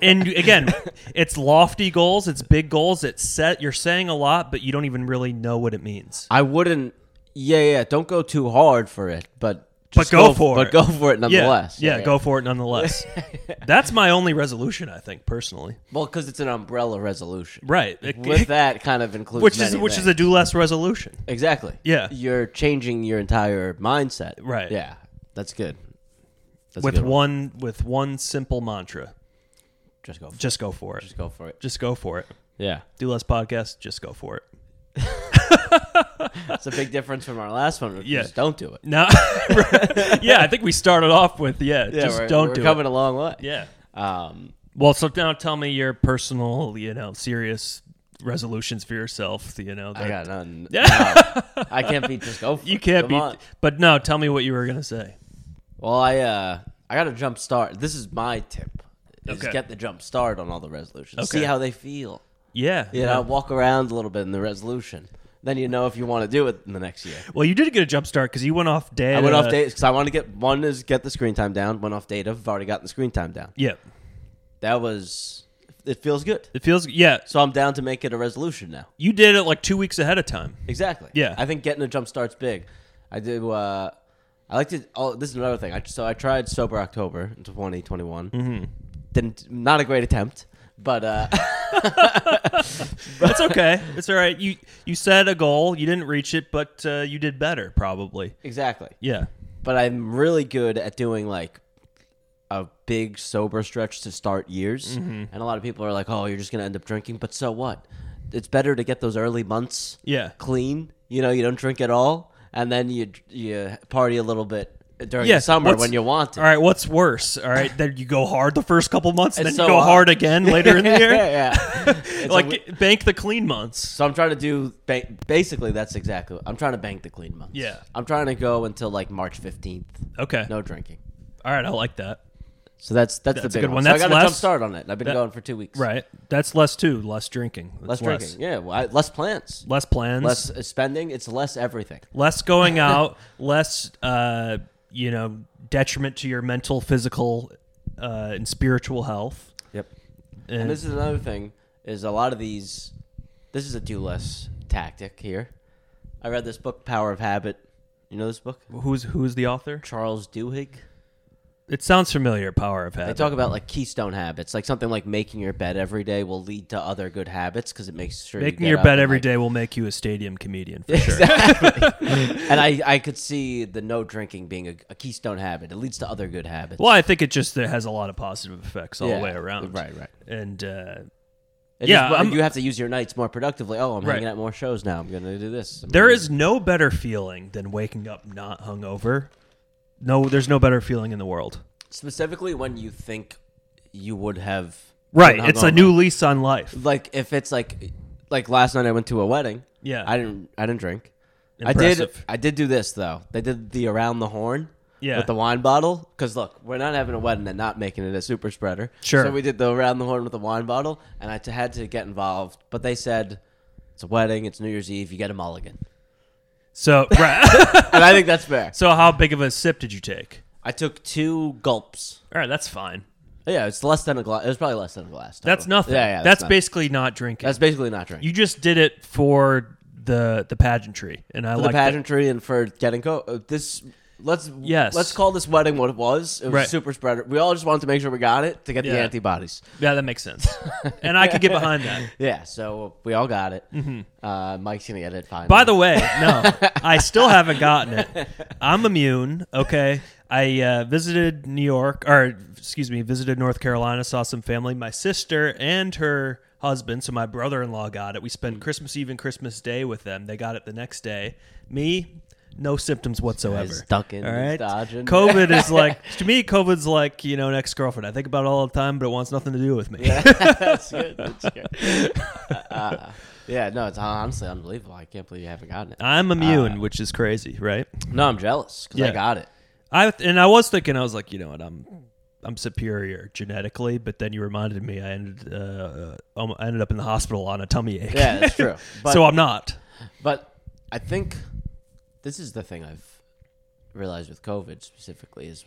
[SPEAKER 2] and you- again, it's lofty goals, it's big goals, it's set. You're saying a lot, but you don't even really know what it means.
[SPEAKER 1] I wouldn't. Yeah, yeah. Don't go too hard for it, but just
[SPEAKER 2] go for
[SPEAKER 1] but
[SPEAKER 2] it.
[SPEAKER 1] go for it nonetheless.
[SPEAKER 2] Yeah, yeah, go for
[SPEAKER 1] <laughs>
[SPEAKER 2] it nonetheless. That's my only resolution, I think, personally.
[SPEAKER 1] Well, because it's an umbrella resolution.
[SPEAKER 2] Right. It- <laughs>
[SPEAKER 1] With that, kind of includes
[SPEAKER 2] which is
[SPEAKER 1] many
[SPEAKER 2] which is
[SPEAKER 1] things.
[SPEAKER 2] a do less resolution.
[SPEAKER 1] exactly.
[SPEAKER 2] Yeah.
[SPEAKER 1] you're changing your entire mindset.
[SPEAKER 2] Right.
[SPEAKER 1] Yeah, that's good. That's a
[SPEAKER 2] With
[SPEAKER 1] good
[SPEAKER 2] one, with one simple mantra.
[SPEAKER 1] just go, for
[SPEAKER 2] Just go for it.
[SPEAKER 1] just go for it.
[SPEAKER 2] Just go for it.
[SPEAKER 1] Yeah,
[SPEAKER 2] Do less podcast, just go for it.
[SPEAKER 1] that's a big difference from our last one. which
[SPEAKER 2] Yeah.
[SPEAKER 1] is don't do it.
[SPEAKER 2] No. <laughs> yeah, I think we started off with yeah,
[SPEAKER 1] Yeah,
[SPEAKER 2] just
[SPEAKER 1] we're,
[SPEAKER 2] don't
[SPEAKER 1] we're
[SPEAKER 2] do
[SPEAKER 1] coming a long way.
[SPEAKER 2] it. Yeah.
[SPEAKER 1] Um,
[SPEAKER 2] Well, so now tell me your personal, you know, serious resolutions for yourself, you know.
[SPEAKER 1] I
[SPEAKER 2] That
[SPEAKER 1] got none. Yeah, I can't be just
[SPEAKER 2] <laughs>
[SPEAKER 1] go. For
[SPEAKER 2] you
[SPEAKER 1] it.
[SPEAKER 2] can't
[SPEAKER 1] Come
[SPEAKER 2] be
[SPEAKER 1] on.
[SPEAKER 2] But no, tell me what you were going to say.
[SPEAKER 1] Well, I uh, I got a jump start. This is my tip. Is
[SPEAKER 2] Okay.
[SPEAKER 1] get the jump start on all the resolutions. See
[SPEAKER 2] Okay.
[SPEAKER 1] how they feel.
[SPEAKER 2] Yeah.
[SPEAKER 1] You know, walk around a little bit in the resolution. Then you know if you want to do it in the next year.
[SPEAKER 2] Well, you did get a jump start because you went off uh, data.
[SPEAKER 1] I went off data because I want to get one is get the screen time down. Went off data. I've already gotten the screen time down.
[SPEAKER 2] Yeah,
[SPEAKER 1] That was it. Feels good.
[SPEAKER 2] it feels. Yeah,
[SPEAKER 1] So I'm down to make it a resolution now.
[SPEAKER 2] you did it like two weeks ahead of time.
[SPEAKER 1] Exactly.
[SPEAKER 2] Yeah.
[SPEAKER 1] I think getting a jump start's big. I do. Uh, I like to. Oh, this is another thing. I, so I tried sober October in 2021. Mm-hmm. Didn't. Not a great attempt, but uh, <laughs>
[SPEAKER 2] That's okay. it's all right. You you set a goal, you didn't reach it, but uh, you did better probably.
[SPEAKER 1] exactly.
[SPEAKER 2] Yeah,
[SPEAKER 1] But I'm really good at doing like a big sober stretch to start years.
[SPEAKER 2] Mm-hmm.
[SPEAKER 1] And a lot of people are like, "Oh, you're just gonna end up drinking." But so what? It's better to get those early months
[SPEAKER 2] yeah,
[SPEAKER 1] clean. You know, you don't drink at all, and then you you party a little bit during
[SPEAKER 2] Yeah,
[SPEAKER 1] the summer
[SPEAKER 2] what's-
[SPEAKER 1] when you want to.
[SPEAKER 2] All right, what's worse? All right, then you go hard the first couple months, and
[SPEAKER 1] It's
[SPEAKER 2] then
[SPEAKER 1] so
[SPEAKER 2] you go
[SPEAKER 1] hot.
[SPEAKER 2] hard again later
[SPEAKER 1] <laughs>
[SPEAKER 2] in the year. <laughs>
[SPEAKER 1] yeah, yeah. It's a
[SPEAKER 2] like
[SPEAKER 1] w-
[SPEAKER 2] bank the clean months.
[SPEAKER 1] so I'm trying to do ba- basically that's exactly what I'm trying to bank the clean months.
[SPEAKER 2] Yeah.
[SPEAKER 1] I'm trying to go until like March 15th.
[SPEAKER 2] Okay.
[SPEAKER 1] No drinking.
[SPEAKER 2] All right, I like that.
[SPEAKER 1] So that's that's,
[SPEAKER 2] That's
[SPEAKER 1] the
[SPEAKER 2] a
[SPEAKER 1] big
[SPEAKER 2] good one.
[SPEAKER 1] So
[SPEAKER 2] That's
[SPEAKER 1] I got a jump
[SPEAKER 2] less-
[SPEAKER 1] start on it. I've been
[SPEAKER 2] that-
[SPEAKER 1] going for two weeks.
[SPEAKER 2] Right. That's less too. Less drinking.
[SPEAKER 1] Less
[SPEAKER 2] That's
[SPEAKER 1] drinking. Yeah. Well, I, less plants.
[SPEAKER 2] Less plans.
[SPEAKER 1] Less uh, spending. It's less everything.
[SPEAKER 2] less going out, <laughs> less uh, you know, detriment to your mental, physical, uh, and spiritual health.
[SPEAKER 1] Yep.
[SPEAKER 2] And,
[SPEAKER 1] And this is another thing: is a lot of these. This is a do less tactic here. I read this book, Power of Habit. You know this book,
[SPEAKER 2] who's who's the author?
[SPEAKER 1] Charles Duhigg.
[SPEAKER 2] It sounds familiar. Power of
[SPEAKER 1] They
[SPEAKER 2] habit.
[SPEAKER 1] talk about like keystone habits, like something like making your bed every day will lead to other good habits because it makes sure you
[SPEAKER 2] Making
[SPEAKER 1] get
[SPEAKER 2] your
[SPEAKER 1] up
[SPEAKER 2] bed
[SPEAKER 1] and,
[SPEAKER 2] every
[SPEAKER 1] like-
[SPEAKER 2] day will make you a stadium
[SPEAKER 1] <laughs>
[SPEAKER 2] comedian for sure.
[SPEAKER 1] Exactly. and I, I could see the no drinking being a, a keystone habit. It leads to other good habits.
[SPEAKER 2] Well, I think it just it has a lot of positive effects all
[SPEAKER 1] Yeah.
[SPEAKER 2] the way around.
[SPEAKER 1] Right, right.
[SPEAKER 2] And uh,
[SPEAKER 1] It
[SPEAKER 2] Yeah,
[SPEAKER 1] just- but
[SPEAKER 2] I'm-
[SPEAKER 1] you have to use your nights more productively. Oh, I'm
[SPEAKER 2] Right.
[SPEAKER 1] hanging out more shows now. I'm going to do this. I'm
[SPEAKER 2] there
[SPEAKER 1] gonna-
[SPEAKER 2] is no better feeling than waking up not hungover. No, there's no better feeling in the world.
[SPEAKER 1] specifically when you think you would have
[SPEAKER 2] Right.
[SPEAKER 1] been
[SPEAKER 2] It's a
[SPEAKER 1] hungover.
[SPEAKER 2] new lease on life.
[SPEAKER 1] like if it's like like last night I went to a wedding.
[SPEAKER 2] Yeah.
[SPEAKER 1] I didn't I didn't drink. I did
[SPEAKER 2] Impressive.
[SPEAKER 1] I did do this though. They did the around the horn.
[SPEAKER 2] Yeah.
[SPEAKER 1] With the wine bottle, because look, we're not having a wedding and not making it a super spreader.
[SPEAKER 2] Sure.
[SPEAKER 1] So we did the around the horn with the wine bottle, and I t- had to get involved. But they said it's a wedding, it's New Year's Eve, you get a mulligan, <laughs>
[SPEAKER 2] So, right.
[SPEAKER 1] and I think that's fair.
[SPEAKER 2] so how big of a sip did you take?
[SPEAKER 1] I took two gulps.
[SPEAKER 2] All right, that's fine.
[SPEAKER 1] Yeah, it's less than a glass. It was probably less than a glass. total.
[SPEAKER 2] That's nothing.
[SPEAKER 1] Yeah, yeah.
[SPEAKER 2] that's
[SPEAKER 1] nothing.
[SPEAKER 2] basically not drinking.
[SPEAKER 1] That's basically not drinking.
[SPEAKER 2] you just did it for the the pageantry, and I
[SPEAKER 1] for
[SPEAKER 2] like
[SPEAKER 1] the
[SPEAKER 2] that.
[SPEAKER 1] pageantry and for getting co- uh, this. Let's
[SPEAKER 2] Yes.
[SPEAKER 1] let's call this wedding what it was. It was
[SPEAKER 2] Right.
[SPEAKER 1] a super spreader. We all just wanted to make sure we got it to get
[SPEAKER 2] Yeah.
[SPEAKER 1] the antibodies.
[SPEAKER 2] Yeah, that
[SPEAKER 1] <laughs>
[SPEAKER 2] makes sense, and I could get behind that.
[SPEAKER 1] Yeah, so we all got it. Uh, Mike's gonna get it fine. <laughs>
[SPEAKER 2] Mm-hmm. By the way, no, I still haven't gotten it. I'm immune. Okay, I uh, visited New York, or excuse me, visited North Carolina, saw some family. My sister and her husband, so my brother-in-law, got it. We
[SPEAKER 1] Mm.
[SPEAKER 2] spent Christmas Eve and Christmas Day with them. They got it the next day. Me, no symptoms whatsoever.
[SPEAKER 1] guy's ducking,
[SPEAKER 2] All
[SPEAKER 1] he's
[SPEAKER 2] right,
[SPEAKER 1] dodging.
[SPEAKER 2] COVID
[SPEAKER 1] <laughs>
[SPEAKER 2] is like to me. COVID's like you know an ex-girlfriend. I think about it all the time, but it wants nothing to do with me.
[SPEAKER 1] that's good. That's good.
[SPEAKER 2] <laughs>
[SPEAKER 1] Uh, yeah, no, it's honestly unbelievable. I can't believe you haven't gotten it.
[SPEAKER 2] I'm
[SPEAKER 1] Ah.
[SPEAKER 2] immune, which is crazy, right?
[SPEAKER 1] No, I'm jealous because
[SPEAKER 2] Yeah.
[SPEAKER 1] I got
[SPEAKER 2] <laughs>
[SPEAKER 1] it.
[SPEAKER 2] I and I was thinking, I was like, you know what, I'm I'm superior genetically, but then you reminded me, I ended uh, um, I ended up in the hospital on a tummy ache.
[SPEAKER 1] Yeah,
[SPEAKER 2] <laughs>
[SPEAKER 1] that's true. But,
[SPEAKER 2] so I'm not.
[SPEAKER 1] but I think this is the thing I've realized with COVID specifically is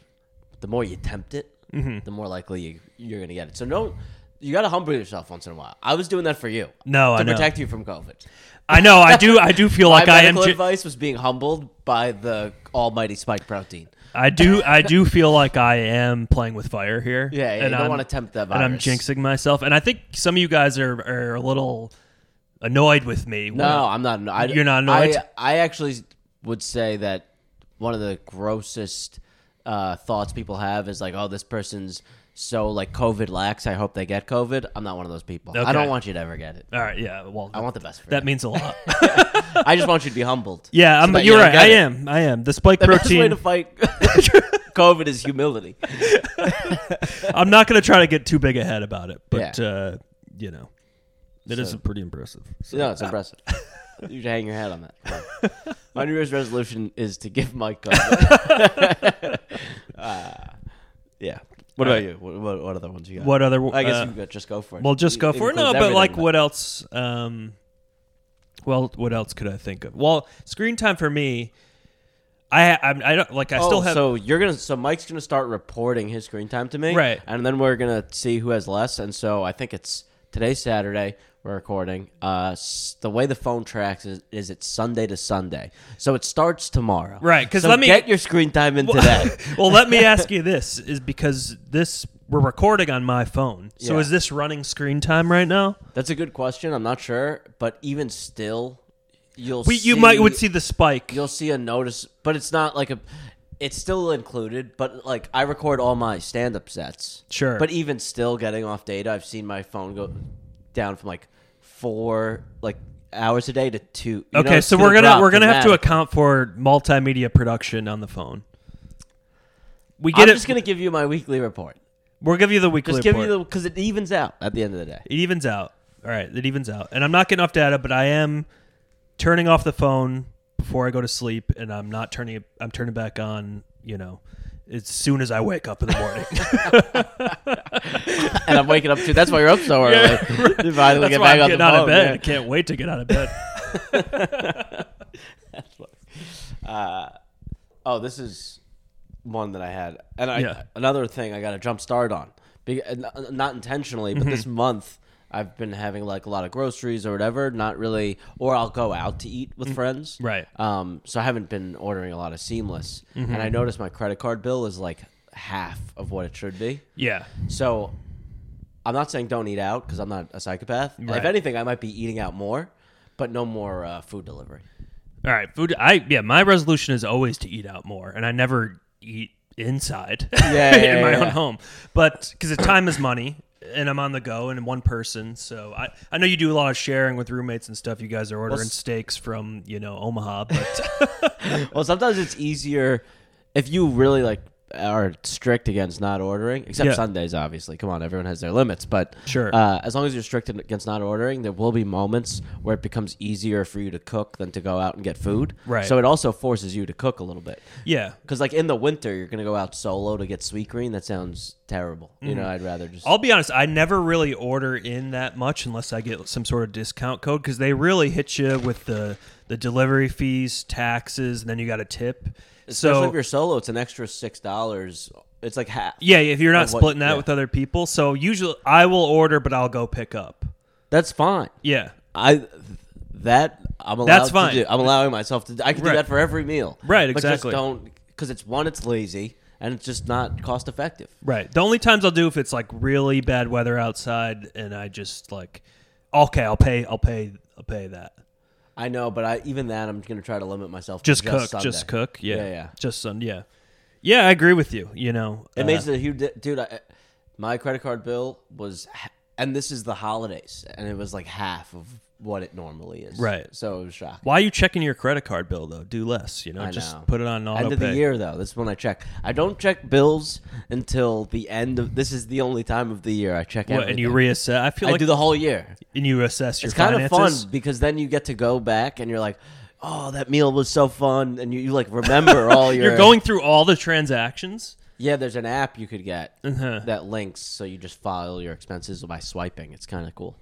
[SPEAKER 1] the more you tempt it,
[SPEAKER 2] Mm-hmm.
[SPEAKER 1] the more likely you, you're gonna get it. So no, you gotta humble yourself once in a while. I was doing that for you.
[SPEAKER 2] No,
[SPEAKER 1] to
[SPEAKER 2] Oh, I know.
[SPEAKER 1] protect you from COVID.
[SPEAKER 2] I know. I do. I do feel like
[SPEAKER 1] My
[SPEAKER 2] I am.
[SPEAKER 1] medical
[SPEAKER 2] ge-
[SPEAKER 1] advice was being humbled by the almighty spike protein.
[SPEAKER 2] I do. I do feel like I am playing with fire here.
[SPEAKER 1] Yeah, yeah you
[SPEAKER 2] and
[SPEAKER 1] don't
[SPEAKER 2] I'm-
[SPEAKER 1] want to tempt that
[SPEAKER 2] And
[SPEAKER 1] virus.
[SPEAKER 2] I'm jinxing myself. And I think some of you guys are are a little annoyed with me. when
[SPEAKER 1] No, I'm not. anno- I,
[SPEAKER 2] You're not annoyed?
[SPEAKER 1] I, I actually would say that one of the grossest uh, thoughts people have is like, oh, this person's so like COVID lax. I hope they get COVID. I'm not one of those people. I
[SPEAKER 2] Okay.
[SPEAKER 1] don't want you to ever get it.
[SPEAKER 2] All right. Yeah. Well,
[SPEAKER 1] I want the best for
[SPEAKER 2] that
[SPEAKER 1] you.
[SPEAKER 2] means
[SPEAKER 1] <laughs>
[SPEAKER 2] a lot.
[SPEAKER 1] I just want you to be humbled.
[SPEAKER 2] <laughs> Yeah.
[SPEAKER 1] so
[SPEAKER 2] I'm,
[SPEAKER 1] that you
[SPEAKER 2] you're
[SPEAKER 1] don't
[SPEAKER 2] right.
[SPEAKER 1] get
[SPEAKER 2] I
[SPEAKER 1] it.
[SPEAKER 2] am. I am. The spike
[SPEAKER 1] The best way
[SPEAKER 2] protein.
[SPEAKER 1] to
[SPEAKER 2] <laughs>
[SPEAKER 1] fight COVID is humility.
[SPEAKER 2] I'm not going to try to get too big ahead about it, but
[SPEAKER 1] Yeah.
[SPEAKER 2] uh, you know, it is
[SPEAKER 1] So-
[SPEAKER 2] pretty impressive. So-
[SPEAKER 1] No, it's impressive. You should hang your hat on that. Come on. My New Year's resolution is to give Mike <laughs>
[SPEAKER 2] <laughs>
[SPEAKER 1] COVID. uh, yeah. What about you? What, what, what other ones you got?
[SPEAKER 2] What other?
[SPEAKER 1] I guess
[SPEAKER 2] uh,
[SPEAKER 1] you could just go for it.
[SPEAKER 2] Well, just go for it. No,
[SPEAKER 1] includes
[SPEAKER 2] but like,
[SPEAKER 1] everything.
[SPEAKER 2] what else? Um, well, what else could I think of? Well, screen time for me. I I, I don't like. I
[SPEAKER 1] Oh,
[SPEAKER 2] still have.
[SPEAKER 1] so you're gonna so Mike's gonna start reporting his screen time to me,
[SPEAKER 2] Right.
[SPEAKER 1] And then we're gonna see who has less. And so I think it's today's Saturday. We're recording. Uh, s- the way the phone tracks is, is it's Sunday to Sunday, so it starts tomorrow,
[SPEAKER 2] Right, 'cause
[SPEAKER 1] So
[SPEAKER 2] let me-
[SPEAKER 1] get your screen time in
[SPEAKER 2] <laughs>
[SPEAKER 1] today.
[SPEAKER 2] <laughs> well,
[SPEAKER 1] <laughs>
[SPEAKER 2] let me ask you this: is because this we're recording on my phone, so
[SPEAKER 1] Yeah.
[SPEAKER 2] is this running screen time right now?
[SPEAKER 1] That's a good question. I'm not sure, but even still, you'll
[SPEAKER 2] We,
[SPEAKER 1] see,
[SPEAKER 2] you might would see the spike.
[SPEAKER 1] you'll see a notice, but it's not like a. It's still included, but like I record all my stand up sets.
[SPEAKER 2] Sure.
[SPEAKER 1] But even still, getting off data, I've seen my phone go down from like four like hours a day to two. you know,
[SPEAKER 2] okay,
[SPEAKER 1] it's
[SPEAKER 2] so we're
[SPEAKER 1] gonna
[SPEAKER 2] gonna
[SPEAKER 1] drop
[SPEAKER 2] we're gonna have to
[SPEAKER 1] dramatic.
[SPEAKER 2] account for multimedia production on the phone. We get
[SPEAKER 1] I'm
[SPEAKER 2] it.
[SPEAKER 1] just gonna give you my weekly report.
[SPEAKER 2] we'll give you the weekly
[SPEAKER 1] Just
[SPEAKER 2] report.
[SPEAKER 1] give you the because it evens out at the end of the day.
[SPEAKER 2] It evens out. All right, it evens out. And I'm not getting off data, but I am turning off the phone before I go to sleep, and I'm not turning it. I'm turning back on. You know, as soon as I wake up in the
[SPEAKER 1] <laughs>
[SPEAKER 2] morning.
[SPEAKER 1] And I'm waking up too. That's why you're up
[SPEAKER 2] <laughs>
[SPEAKER 1] so early. You finally
[SPEAKER 2] That's
[SPEAKER 1] get back
[SPEAKER 2] why I'm
[SPEAKER 1] on
[SPEAKER 2] getting
[SPEAKER 1] the
[SPEAKER 2] out of
[SPEAKER 1] phone,
[SPEAKER 2] bed.
[SPEAKER 1] yeah.
[SPEAKER 2] I can't wait to get out of bed. <laughs>
[SPEAKER 1] Uh, oh, this is one that I had, and I,
[SPEAKER 2] Yeah.
[SPEAKER 1] another thing I got a jump start on, Be- uh, n- n- not intentionally, but
[SPEAKER 2] Mm-hmm.
[SPEAKER 1] this month I've been having like a lot of groceries or whatever. Not really, or I'll go out to eat with friends,
[SPEAKER 2] Mm, right.
[SPEAKER 1] Um, so I haven't been ordering a lot of seamless, and I noticed my credit card bill is like half of what it should be.
[SPEAKER 2] Yeah.
[SPEAKER 1] So I'm not saying don't eat out because I'm not a psychopath.
[SPEAKER 2] Right.
[SPEAKER 1] If anything, I might be eating out more, but no more uh, food delivery.
[SPEAKER 2] All right. Food. I yeah. My resolution is always to eat out more, and I never eat inside. <laughs>
[SPEAKER 1] Yeah, yeah,
[SPEAKER 2] in my
[SPEAKER 1] yeah,
[SPEAKER 2] own
[SPEAKER 1] yeah.
[SPEAKER 2] home, but because time is money. And I'm on the go, and I'm one person, so I, I know you do a lot of sharing with roommates and stuff. You guys are ordering
[SPEAKER 1] s-
[SPEAKER 2] steaks from you know Omaha, but <laughs>
[SPEAKER 1] well, sometimes it's easier if you really like are strict against not ordering, except
[SPEAKER 2] Yeah.
[SPEAKER 1] Sundays, obviously. Come on, everyone has their limits, but
[SPEAKER 2] Sure.
[SPEAKER 1] Uh, as long as you're strict against not ordering, there will be moments where it becomes easier for you to cook than to go out and get food.
[SPEAKER 2] Right.
[SPEAKER 1] So it also forces you to cook a little bit.
[SPEAKER 2] yeah,
[SPEAKER 1] Because like in the winter, you're gonna go out solo to get sweet green. That sounds terrible. You
[SPEAKER 2] Mm.
[SPEAKER 1] know, I'd rather just.
[SPEAKER 2] I'll be honest. I never really order in that much unless I get some sort of discount code because they really hit you with the the delivery fees, taxes, and then you got a tip.
[SPEAKER 1] especially
[SPEAKER 2] so
[SPEAKER 1] if you're solo, it's an extra six dollars. It's like half.
[SPEAKER 2] yeah, if you're not
[SPEAKER 1] Of what-
[SPEAKER 2] splitting that
[SPEAKER 1] yeah.
[SPEAKER 2] with other people, so usually I will order, but I'll go pick up.
[SPEAKER 1] That's fine.
[SPEAKER 2] Yeah,
[SPEAKER 1] I that I'm allowed
[SPEAKER 2] That's
[SPEAKER 1] to
[SPEAKER 2] fine.
[SPEAKER 1] do. I'm allowing myself to. I can
[SPEAKER 2] Right.
[SPEAKER 1] do that for every meal.
[SPEAKER 2] Right,
[SPEAKER 1] But just
[SPEAKER 2] exactly.
[SPEAKER 1] don't because it's one, it's lazy, and it's just not cost effective.
[SPEAKER 2] right. The only times I'll do if it's like really bad weather outside, and I just like, okay, I'll pay, I'll pay, I'll pay that.
[SPEAKER 1] I know, but I even that I'm gonna try to limit myself. to
[SPEAKER 2] Just, cook,
[SPEAKER 1] Sunday.
[SPEAKER 2] just cook. Yeah,
[SPEAKER 1] yeah, yeah.
[SPEAKER 2] Just sun. Yeah, yeah. I agree with you. You know,
[SPEAKER 1] It
[SPEAKER 2] uh,
[SPEAKER 1] makes a huge di- dude. I, my credit card bill was, h- and this is the holidays, and it was like half of what it normally is.
[SPEAKER 2] Right.
[SPEAKER 1] So it was shocking.
[SPEAKER 2] Why are you checking your credit card bill though? Do less, you know.
[SPEAKER 1] I
[SPEAKER 2] Just
[SPEAKER 1] know.
[SPEAKER 2] put it on auto
[SPEAKER 1] End of
[SPEAKER 2] pay.
[SPEAKER 1] the year though. This is when I check. I don't check bills until the end of. This is the only time of the year I check.
[SPEAKER 2] What, and you
[SPEAKER 1] everything.
[SPEAKER 2] reassess. I feel
[SPEAKER 1] I
[SPEAKER 2] like
[SPEAKER 1] do the whole year.
[SPEAKER 2] and you assess your
[SPEAKER 1] It's kind of fun
[SPEAKER 2] finances.
[SPEAKER 1] because then you get to go back and you're like, oh, that meal was so fun, and you, you like <laughs> remember all your.
[SPEAKER 2] You're going through all the transactions.
[SPEAKER 1] Yeah, there's an app you could get
[SPEAKER 2] Uh-huh.
[SPEAKER 1] that links, so you just file your expenses by swiping. It's kind of cool.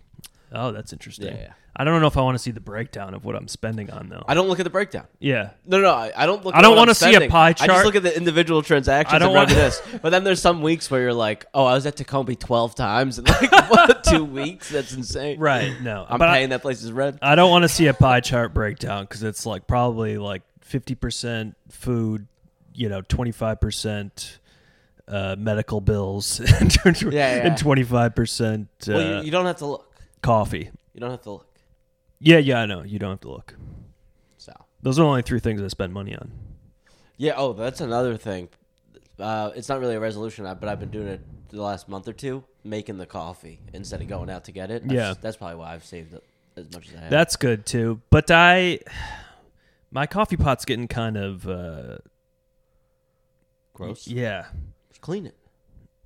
[SPEAKER 2] Oh, that's interesting.
[SPEAKER 1] Yeah, yeah.
[SPEAKER 2] I don't know if I want to see the breakdown of what I'm spending on though.
[SPEAKER 1] I don't look at the breakdown.
[SPEAKER 2] yeah.
[SPEAKER 1] No, no, I, I don't look.
[SPEAKER 2] I
[SPEAKER 1] at
[SPEAKER 2] don't
[SPEAKER 1] what
[SPEAKER 2] wanna
[SPEAKER 1] I'm
[SPEAKER 2] see a
[SPEAKER 1] spending.
[SPEAKER 2] pie
[SPEAKER 1] I
[SPEAKER 2] chart.
[SPEAKER 1] just look at the individual transactions.
[SPEAKER 2] I
[SPEAKER 1] I
[SPEAKER 2] don't
[SPEAKER 1] don't want
[SPEAKER 2] wanna-
[SPEAKER 1] this. <laughs> But then there's some weeks where you're like, oh, I was at Tacombe twelve times in like <laughs> what, two weeks. That's insane.
[SPEAKER 2] Right. No.
[SPEAKER 1] I'm
[SPEAKER 2] but I-
[SPEAKER 1] paying that place's rent.
[SPEAKER 2] I, don't want to see a pie chart breakdown because it's like probably like fifty percent food, you know, twenty five percent. Uh, medical bills <laughs> and
[SPEAKER 1] yeah.
[SPEAKER 2] twenty five percent uh,
[SPEAKER 1] well, you, you don't have to look.
[SPEAKER 2] coffee.
[SPEAKER 1] You don't have to look.
[SPEAKER 2] Yeah, yeah, I know. You don't have to look.
[SPEAKER 1] So
[SPEAKER 2] Those are the only three things I spend money on.
[SPEAKER 1] yeah. Oh, that's another thing. Uh, it's not really a resolution, I- but I've been doing it the last month or two, making the coffee instead of going out to get it. That's,
[SPEAKER 2] Yeah.
[SPEAKER 1] that's probably why I've saved it as much as I have.
[SPEAKER 2] That's good too. But I, <sighs> my coffee pot's getting kind of uh,
[SPEAKER 1] gross.
[SPEAKER 2] yeah,
[SPEAKER 1] Clean it.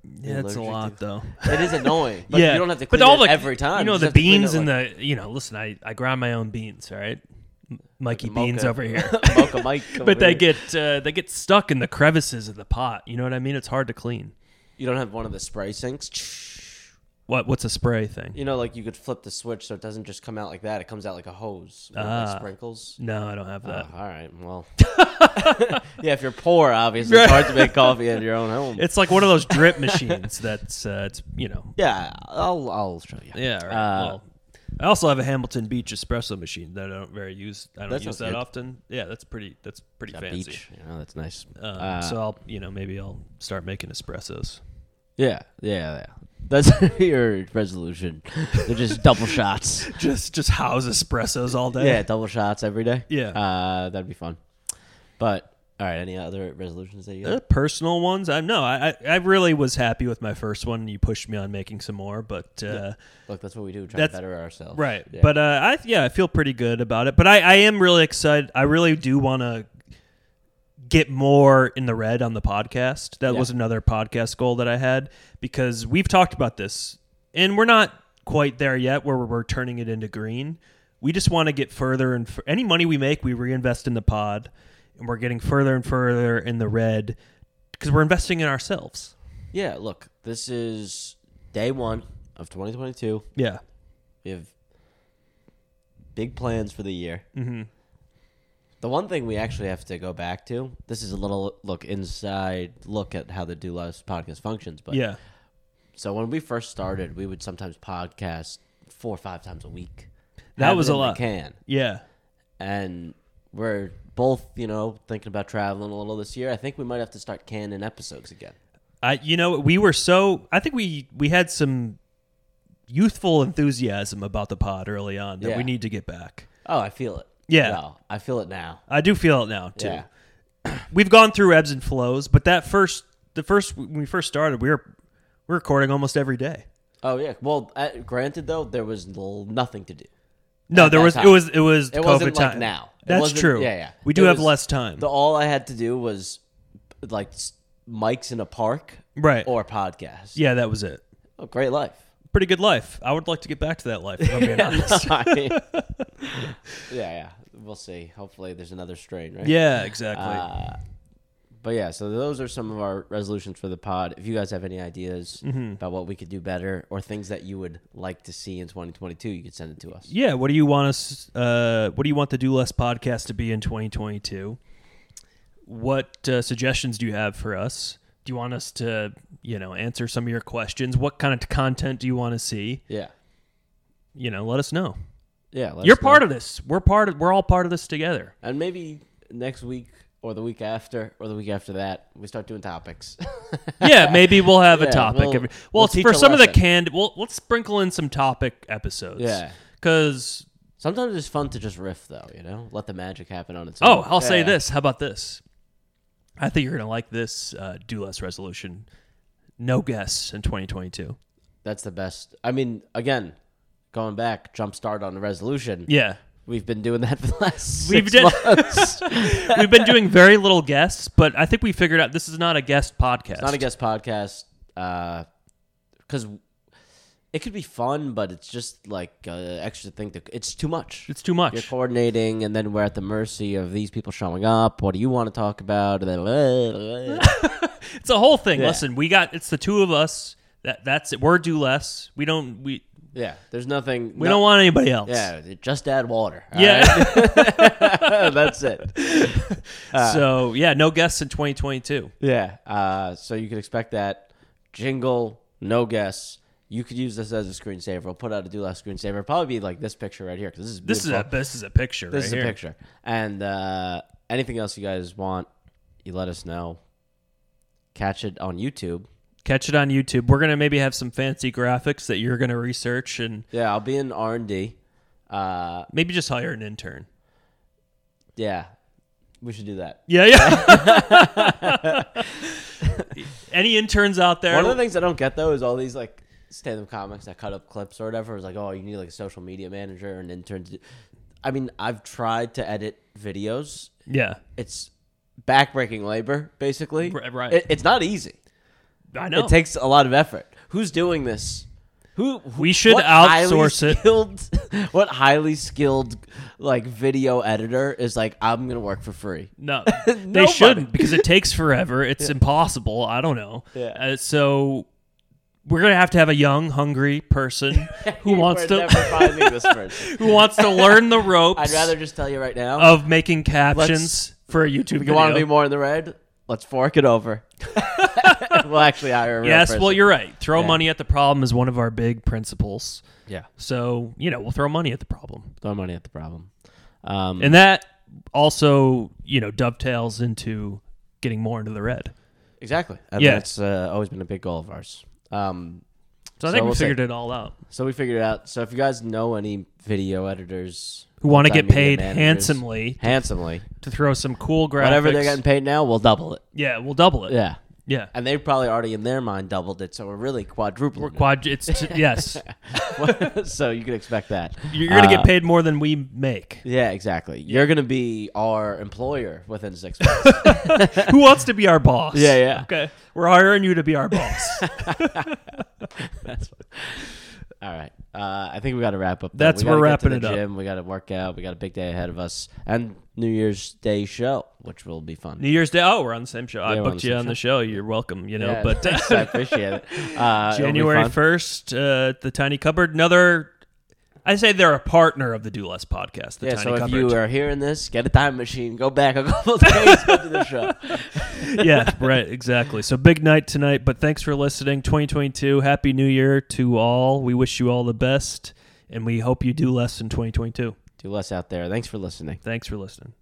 [SPEAKER 2] yeah. It's a
[SPEAKER 1] allergic
[SPEAKER 2] lot
[SPEAKER 1] to- <laughs>
[SPEAKER 2] though.
[SPEAKER 1] It is annoying. But
[SPEAKER 2] <laughs> yeah,
[SPEAKER 1] you don't have to
[SPEAKER 2] But
[SPEAKER 1] clean
[SPEAKER 2] all
[SPEAKER 1] it
[SPEAKER 2] the-
[SPEAKER 1] every time.
[SPEAKER 2] You know
[SPEAKER 1] just
[SPEAKER 2] the
[SPEAKER 1] have to clean
[SPEAKER 2] beans
[SPEAKER 1] it,
[SPEAKER 2] and
[SPEAKER 1] like-
[SPEAKER 2] the you know. Listen, I I grind my own beans. All right, M- Mikey
[SPEAKER 1] Mocha.
[SPEAKER 2] beans
[SPEAKER 1] <laughs>
[SPEAKER 2] over here.
[SPEAKER 1] Mocha
[SPEAKER 2] <laughs>
[SPEAKER 1] Mike. over
[SPEAKER 2] but they
[SPEAKER 1] here.
[SPEAKER 2] get uh, they get stuck in the crevices of the pot. You know what I mean? It's hard to clean.
[SPEAKER 1] You don't have one of the spray sinks.
[SPEAKER 2] What what's a spray thing?
[SPEAKER 1] You know, like you could flip the switch so it doesn't just come out like that. It comes out like a hose with like,
[SPEAKER 2] Ah. Uh.
[SPEAKER 1] sprinkles.
[SPEAKER 2] No, I don't have
[SPEAKER 1] Oh,
[SPEAKER 2] that.
[SPEAKER 1] all right.
[SPEAKER 2] <laughs>
[SPEAKER 1] Well, <laughs> yeah. If you're poor, obviously it's hard to make coffee at your own home.
[SPEAKER 2] It's like one of those drip machines. <laughs> That's uh, it's you know
[SPEAKER 1] yeah, I'll I'll show you.
[SPEAKER 2] Yeah. Right.
[SPEAKER 1] Uh,
[SPEAKER 2] well, I also have a Hamilton Beach espresso machine that I don't very use. I don't
[SPEAKER 1] That
[SPEAKER 2] use
[SPEAKER 1] sounds
[SPEAKER 2] that
[SPEAKER 1] good.
[SPEAKER 2] often. Yeah, that's pretty. That's pretty
[SPEAKER 1] a
[SPEAKER 2] fancy.
[SPEAKER 1] beach. You know, that's nice.
[SPEAKER 2] Um,
[SPEAKER 1] Uh,
[SPEAKER 2] so I'll, you know, maybe I'll start making espressos.
[SPEAKER 1] yeah, yeah, yeah. That's <laughs> your resolution. They're
[SPEAKER 2] <laughs>
[SPEAKER 1] just double shots.
[SPEAKER 2] Just, just house espressos all day.
[SPEAKER 1] Yeah, double shots every day.
[SPEAKER 2] Yeah.
[SPEAKER 1] uh, that'd be fun. But all right, any other resolutions that you?
[SPEAKER 2] Uh,
[SPEAKER 1] Got?
[SPEAKER 2] personal ones. I no. I, I, I really was happy with my first one. You pushed me on making some more, but uh,
[SPEAKER 1] Look, that's what we do. Try to
[SPEAKER 2] That's-
[SPEAKER 1] better ourselves.
[SPEAKER 2] Right.
[SPEAKER 1] Yeah.
[SPEAKER 2] But uh, I yeah, I feel pretty good about it. But I, I am really excited. I really do want to get more in the red on the podcast. That
[SPEAKER 1] Yeah.
[SPEAKER 2] was another podcast goal that I had because we've talked about this and we're not quite there yet where we're turning it into green. We just want to get further and f- any money we make, we reinvest in the pod and we're getting further and further in the red because we're investing in ourselves.
[SPEAKER 1] Yeah, look, this is day one of 2022.
[SPEAKER 2] Yeah.
[SPEAKER 1] We have big plans for the year.
[SPEAKER 2] Mm-hmm.
[SPEAKER 1] The one thing we actually have to go back to this is a little look inside look at how the Do Less podcast functions. But
[SPEAKER 2] Yeah.
[SPEAKER 1] so when we first started, we would sometimes podcast four or five times a week.
[SPEAKER 2] That
[SPEAKER 1] Have it
[SPEAKER 2] was a
[SPEAKER 1] in the
[SPEAKER 2] lot.
[SPEAKER 1] Can
[SPEAKER 2] Yeah.
[SPEAKER 1] and we're both you know thinking about traveling a little this year. I think we might have to start canning episodes again.
[SPEAKER 2] I you know we were so I think we we had some youthful enthusiasm about the pod early on that
[SPEAKER 1] Yeah.
[SPEAKER 2] we need to get back.
[SPEAKER 1] Oh, I feel it.
[SPEAKER 2] Yeah.
[SPEAKER 1] No, I feel it now.
[SPEAKER 2] I do feel it now too.
[SPEAKER 1] Yeah.
[SPEAKER 2] We've gone through ebbs and flows, but that first the first when we first started, we were we are recording almost every day.
[SPEAKER 1] Oh yeah. Well, uh, granted though, there was l- nothing to do.
[SPEAKER 2] No, there
[SPEAKER 1] that
[SPEAKER 2] was
[SPEAKER 1] time.
[SPEAKER 2] it was it was
[SPEAKER 1] It
[SPEAKER 2] COVID
[SPEAKER 1] wasn't like
[SPEAKER 2] time
[SPEAKER 1] now. It
[SPEAKER 2] That's
[SPEAKER 1] wasn't-
[SPEAKER 2] true.
[SPEAKER 1] yeah, yeah.
[SPEAKER 2] We
[SPEAKER 1] It
[SPEAKER 2] do have
[SPEAKER 1] was
[SPEAKER 2] less time.
[SPEAKER 1] The all I had to do was like s- mics in a park
[SPEAKER 2] right.
[SPEAKER 1] or podcast.
[SPEAKER 2] yeah, that was it.
[SPEAKER 1] Oh, great
[SPEAKER 2] <laughs>
[SPEAKER 1] life. <laughs>
[SPEAKER 2] Pretty good life. I would like to get back to that life. If I'm being honest.
[SPEAKER 1] I mean- yeah, yeah. We'll see. Hopefully, there's another strain, right?
[SPEAKER 2] Yeah, exactly.
[SPEAKER 1] Uh, but yeah, so those are some of our resolutions for the pod. If you guys have any ideas
[SPEAKER 2] Mm-hmm.
[SPEAKER 1] about what we could do better or things that you would like to see in 2022, you could send it to us.
[SPEAKER 2] Yeah, what do you want us? Uh, what do you want the Do Less podcast to be in 2022? What uh, suggestions do you have for us? Do you want us to, you know, answer some of your questions? What kind of content do you want to see?
[SPEAKER 1] Yeah,
[SPEAKER 2] You know, let us know.
[SPEAKER 1] yeah. let
[SPEAKER 2] You're
[SPEAKER 1] us know.
[SPEAKER 2] part of this. We're part of. We're all part of this together.
[SPEAKER 1] and maybe next week or the week after or the week after that, we start doing
[SPEAKER 2] <laughs>
[SPEAKER 1] topics.
[SPEAKER 2] Yeah, maybe we'll
[SPEAKER 1] <laughs>
[SPEAKER 2] have
[SPEAKER 1] Yeah,
[SPEAKER 2] a topic.
[SPEAKER 1] we'll-
[SPEAKER 2] every,
[SPEAKER 1] we'll
[SPEAKER 2] well, it's
[SPEAKER 1] teach
[SPEAKER 2] for
[SPEAKER 1] a
[SPEAKER 2] some of the
[SPEAKER 1] lesson.
[SPEAKER 2] canned, we'll let's sprinkle in some topic episodes.
[SPEAKER 1] Yeah.
[SPEAKER 2] because
[SPEAKER 1] Sometimes it's fun to just riff, though. You know, let the magic happen on its own.
[SPEAKER 2] Oh, I'll say
[SPEAKER 1] Yeah.
[SPEAKER 2] this. How about this? I think you're going to like this uh, do less resolution. No guests in 2022.
[SPEAKER 1] That's the best. I mean, again, going back, jump start on the resolution.
[SPEAKER 2] Yeah.
[SPEAKER 1] We've been doing that <laughs> for the last
[SPEAKER 2] We've
[SPEAKER 1] six
[SPEAKER 2] did-
[SPEAKER 1] months.
[SPEAKER 2] <laughs> We've been doing very little guests, but I think we figured out this is not a guest podcast.
[SPEAKER 1] Not a guest podcast, because it could be fun, but it's just like uh, extra thing. To, it's too much.
[SPEAKER 2] It's too
[SPEAKER 1] You're
[SPEAKER 2] much.
[SPEAKER 1] coordinating, and then we're at the mercy of these people showing up. What do you want to talk about? And then, <laughs>
[SPEAKER 2] It's a whole thing.
[SPEAKER 1] Yeah.
[SPEAKER 2] Listen, we got it's the two of us. That that's it. We're do less. We don't we
[SPEAKER 1] yeah, there's nothing.
[SPEAKER 2] we don't want anybody else.
[SPEAKER 1] Yeah, just add water. all
[SPEAKER 2] Yeah.
[SPEAKER 1] right? <laughs> that's it.
[SPEAKER 2] <laughs> so, yeah, no guests in 2022.
[SPEAKER 1] Yeah. Uh, so you can expect that jingle, no guess. You could use this as a screensaver. I'll put out a do last screensaver. It'll probably be like this picture right here because this is
[SPEAKER 2] This is
[SPEAKER 1] beautiful.
[SPEAKER 2] a this is a picture
[SPEAKER 1] this
[SPEAKER 2] right
[SPEAKER 1] is
[SPEAKER 2] here.
[SPEAKER 1] a picture. And uh, anything else you guys want, you let us know. Catch it on YouTube.
[SPEAKER 2] Catch it on YouTube. We're going to maybe have some fancy graphics that you're going to research and
[SPEAKER 1] Yeah, I'll be in R and D. Uh,
[SPEAKER 2] Maybe just hire an intern.
[SPEAKER 1] yeah, we should do that.
[SPEAKER 2] Yeah, yeah. <laughs> Any interns out there?
[SPEAKER 1] One of the things I don't get though is all these like stand-up comics that cut up clips or whatever. It's like, oh, you need like a social media manager and intern. To do. I mean, I've tried to edit videos.
[SPEAKER 2] yeah,
[SPEAKER 1] It's backbreaking labor, basically.
[SPEAKER 2] R- right.
[SPEAKER 1] It, it's not easy.
[SPEAKER 2] I know.
[SPEAKER 1] It takes a lot of effort. Who's doing this? Who
[SPEAKER 2] We should
[SPEAKER 1] what highly
[SPEAKER 2] outsource it.
[SPEAKER 1] skilled, <laughs> it. What highly skilled like video editor is like? I'm gonna work for free. <laughs>
[SPEAKER 2] no, they
[SPEAKER 1] Nobody.
[SPEAKER 2] shouldn't because it takes forever. It's impossible. I don't know.
[SPEAKER 1] Yeah.
[SPEAKER 2] Uh, so we're gonna have to have a young,
[SPEAKER 1] <laughs>
[SPEAKER 2] hungry person who wants
[SPEAKER 1] We're
[SPEAKER 2] to
[SPEAKER 1] never finding this person.
[SPEAKER 2] <laughs> who wants to learn the ropes
[SPEAKER 1] I'd rather just tell you right now.
[SPEAKER 2] of making captions for a YouTube
[SPEAKER 1] you
[SPEAKER 2] video.
[SPEAKER 1] want to be more in the red? Let's fork it over. <laughs> we'll actually hire a real
[SPEAKER 2] yes,
[SPEAKER 1] person.
[SPEAKER 2] well, you're right. Throw
[SPEAKER 1] Yeah.
[SPEAKER 2] money at the problem is one of our big principles.
[SPEAKER 1] yeah.
[SPEAKER 2] So you know we'll throw money at the problem.
[SPEAKER 1] Throw money at the problem. Um,
[SPEAKER 2] And that also, you know, dovetails into getting more into the red.
[SPEAKER 1] exactly. And
[SPEAKER 2] Yeah.
[SPEAKER 1] that's uh, always been a big goal of ours. Um,
[SPEAKER 2] So I
[SPEAKER 1] So
[SPEAKER 2] think
[SPEAKER 1] we'll
[SPEAKER 2] we
[SPEAKER 1] see.
[SPEAKER 2] figured it all out.
[SPEAKER 1] So we figured it out. So if you guys know any video editors
[SPEAKER 2] Who want to
[SPEAKER 1] multimedia
[SPEAKER 2] get paid
[SPEAKER 1] managers,
[SPEAKER 2] handsomely
[SPEAKER 1] handsomely,
[SPEAKER 2] to throw some cool graphics.
[SPEAKER 1] whatever they're getting paid now, we'll double it.
[SPEAKER 2] Yeah, we'll double it.
[SPEAKER 1] Yeah,
[SPEAKER 2] Yeah.
[SPEAKER 1] and they probably already in their mind doubled it, so we're really quadrupling.
[SPEAKER 2] We're
[SPEAKER 1] it. <laughs>
[SPEAKER 2] quad. It's t- yes.
[SPEAKER 1] so you can expect that.
[SPEAKER 2] You're gonna
[SPEAKER 1] Uh,
[SPEAKER 2] get paid more than we make.
[SPEAKER 1] Yeah, exactly. You're gonna be our employer within six months.
[SPEAKER 2] Who wants to be our boss?
[SPEAKER 1] Yeah, yeah.
[SPEAKER 2] Okay, we're hiring you to be our boss.
[SPEAKER 1] <laughs> That's what- All right. Uh, I think we got to wrap up. though.
[SPEAKER 2] That's-
[SPEAKER 1] we gotta
[SPEAKER 2] we're
[SPEAKER 1] get to
[SPEAKER 2] wrapping
[SPEAKER 1] the
[SPEAKER 2] it up.
[SPEAKER 1] gym. We got to work out. We got a big day ahead of us, and New Year's Day show, which will be fun.
[SPEAKER 2] New Year's Day. Oh, we're on the same show.
[SPEAKER 1] Yeah,
[SPEAKER 2] I
[SPEAKER 1] we're on
[SPEAKER 2] booked
[SPEAKER 1] the
[SPEAKER 2] you
[SPEAKER 1] same
[SPEAKER 2] on the show. You're welcome. You know,
[SPEAKER 1] Yeah, <laughs>
[SPEAKER 2] but
[SPEAKER 1] thanks, I appreciate it. Uh, it'll be
[SPEAKER 2] January
[SPEAKER 1] fun.
[SPEAKER 2] first, uh, the Tiny Cupboard. Another. I say they're a partner of the Do Less podcast. The
[SPEAKER 1] Yeah,
[SPEAKER 2] Tiny
[SPEAKER 1] so if
[SPEAKER 2] Cupboard.
[SPEAKER 1] you are hearing this, get a time machine, go back a couple <laughs> days, go to the
[SPEAKER 2] <laughs>
[SPEAKER 1] show.
[SPEAKER 2] yeah, right, exactly. So big night tonight, but thanks for listening. 2022, happy new year to all. We wish you all the best, and we hope you do less in 2022.
[SPEAKER 1] Do less out there. Thanks for listening.
[SPEAKER 2] Thanks for listening.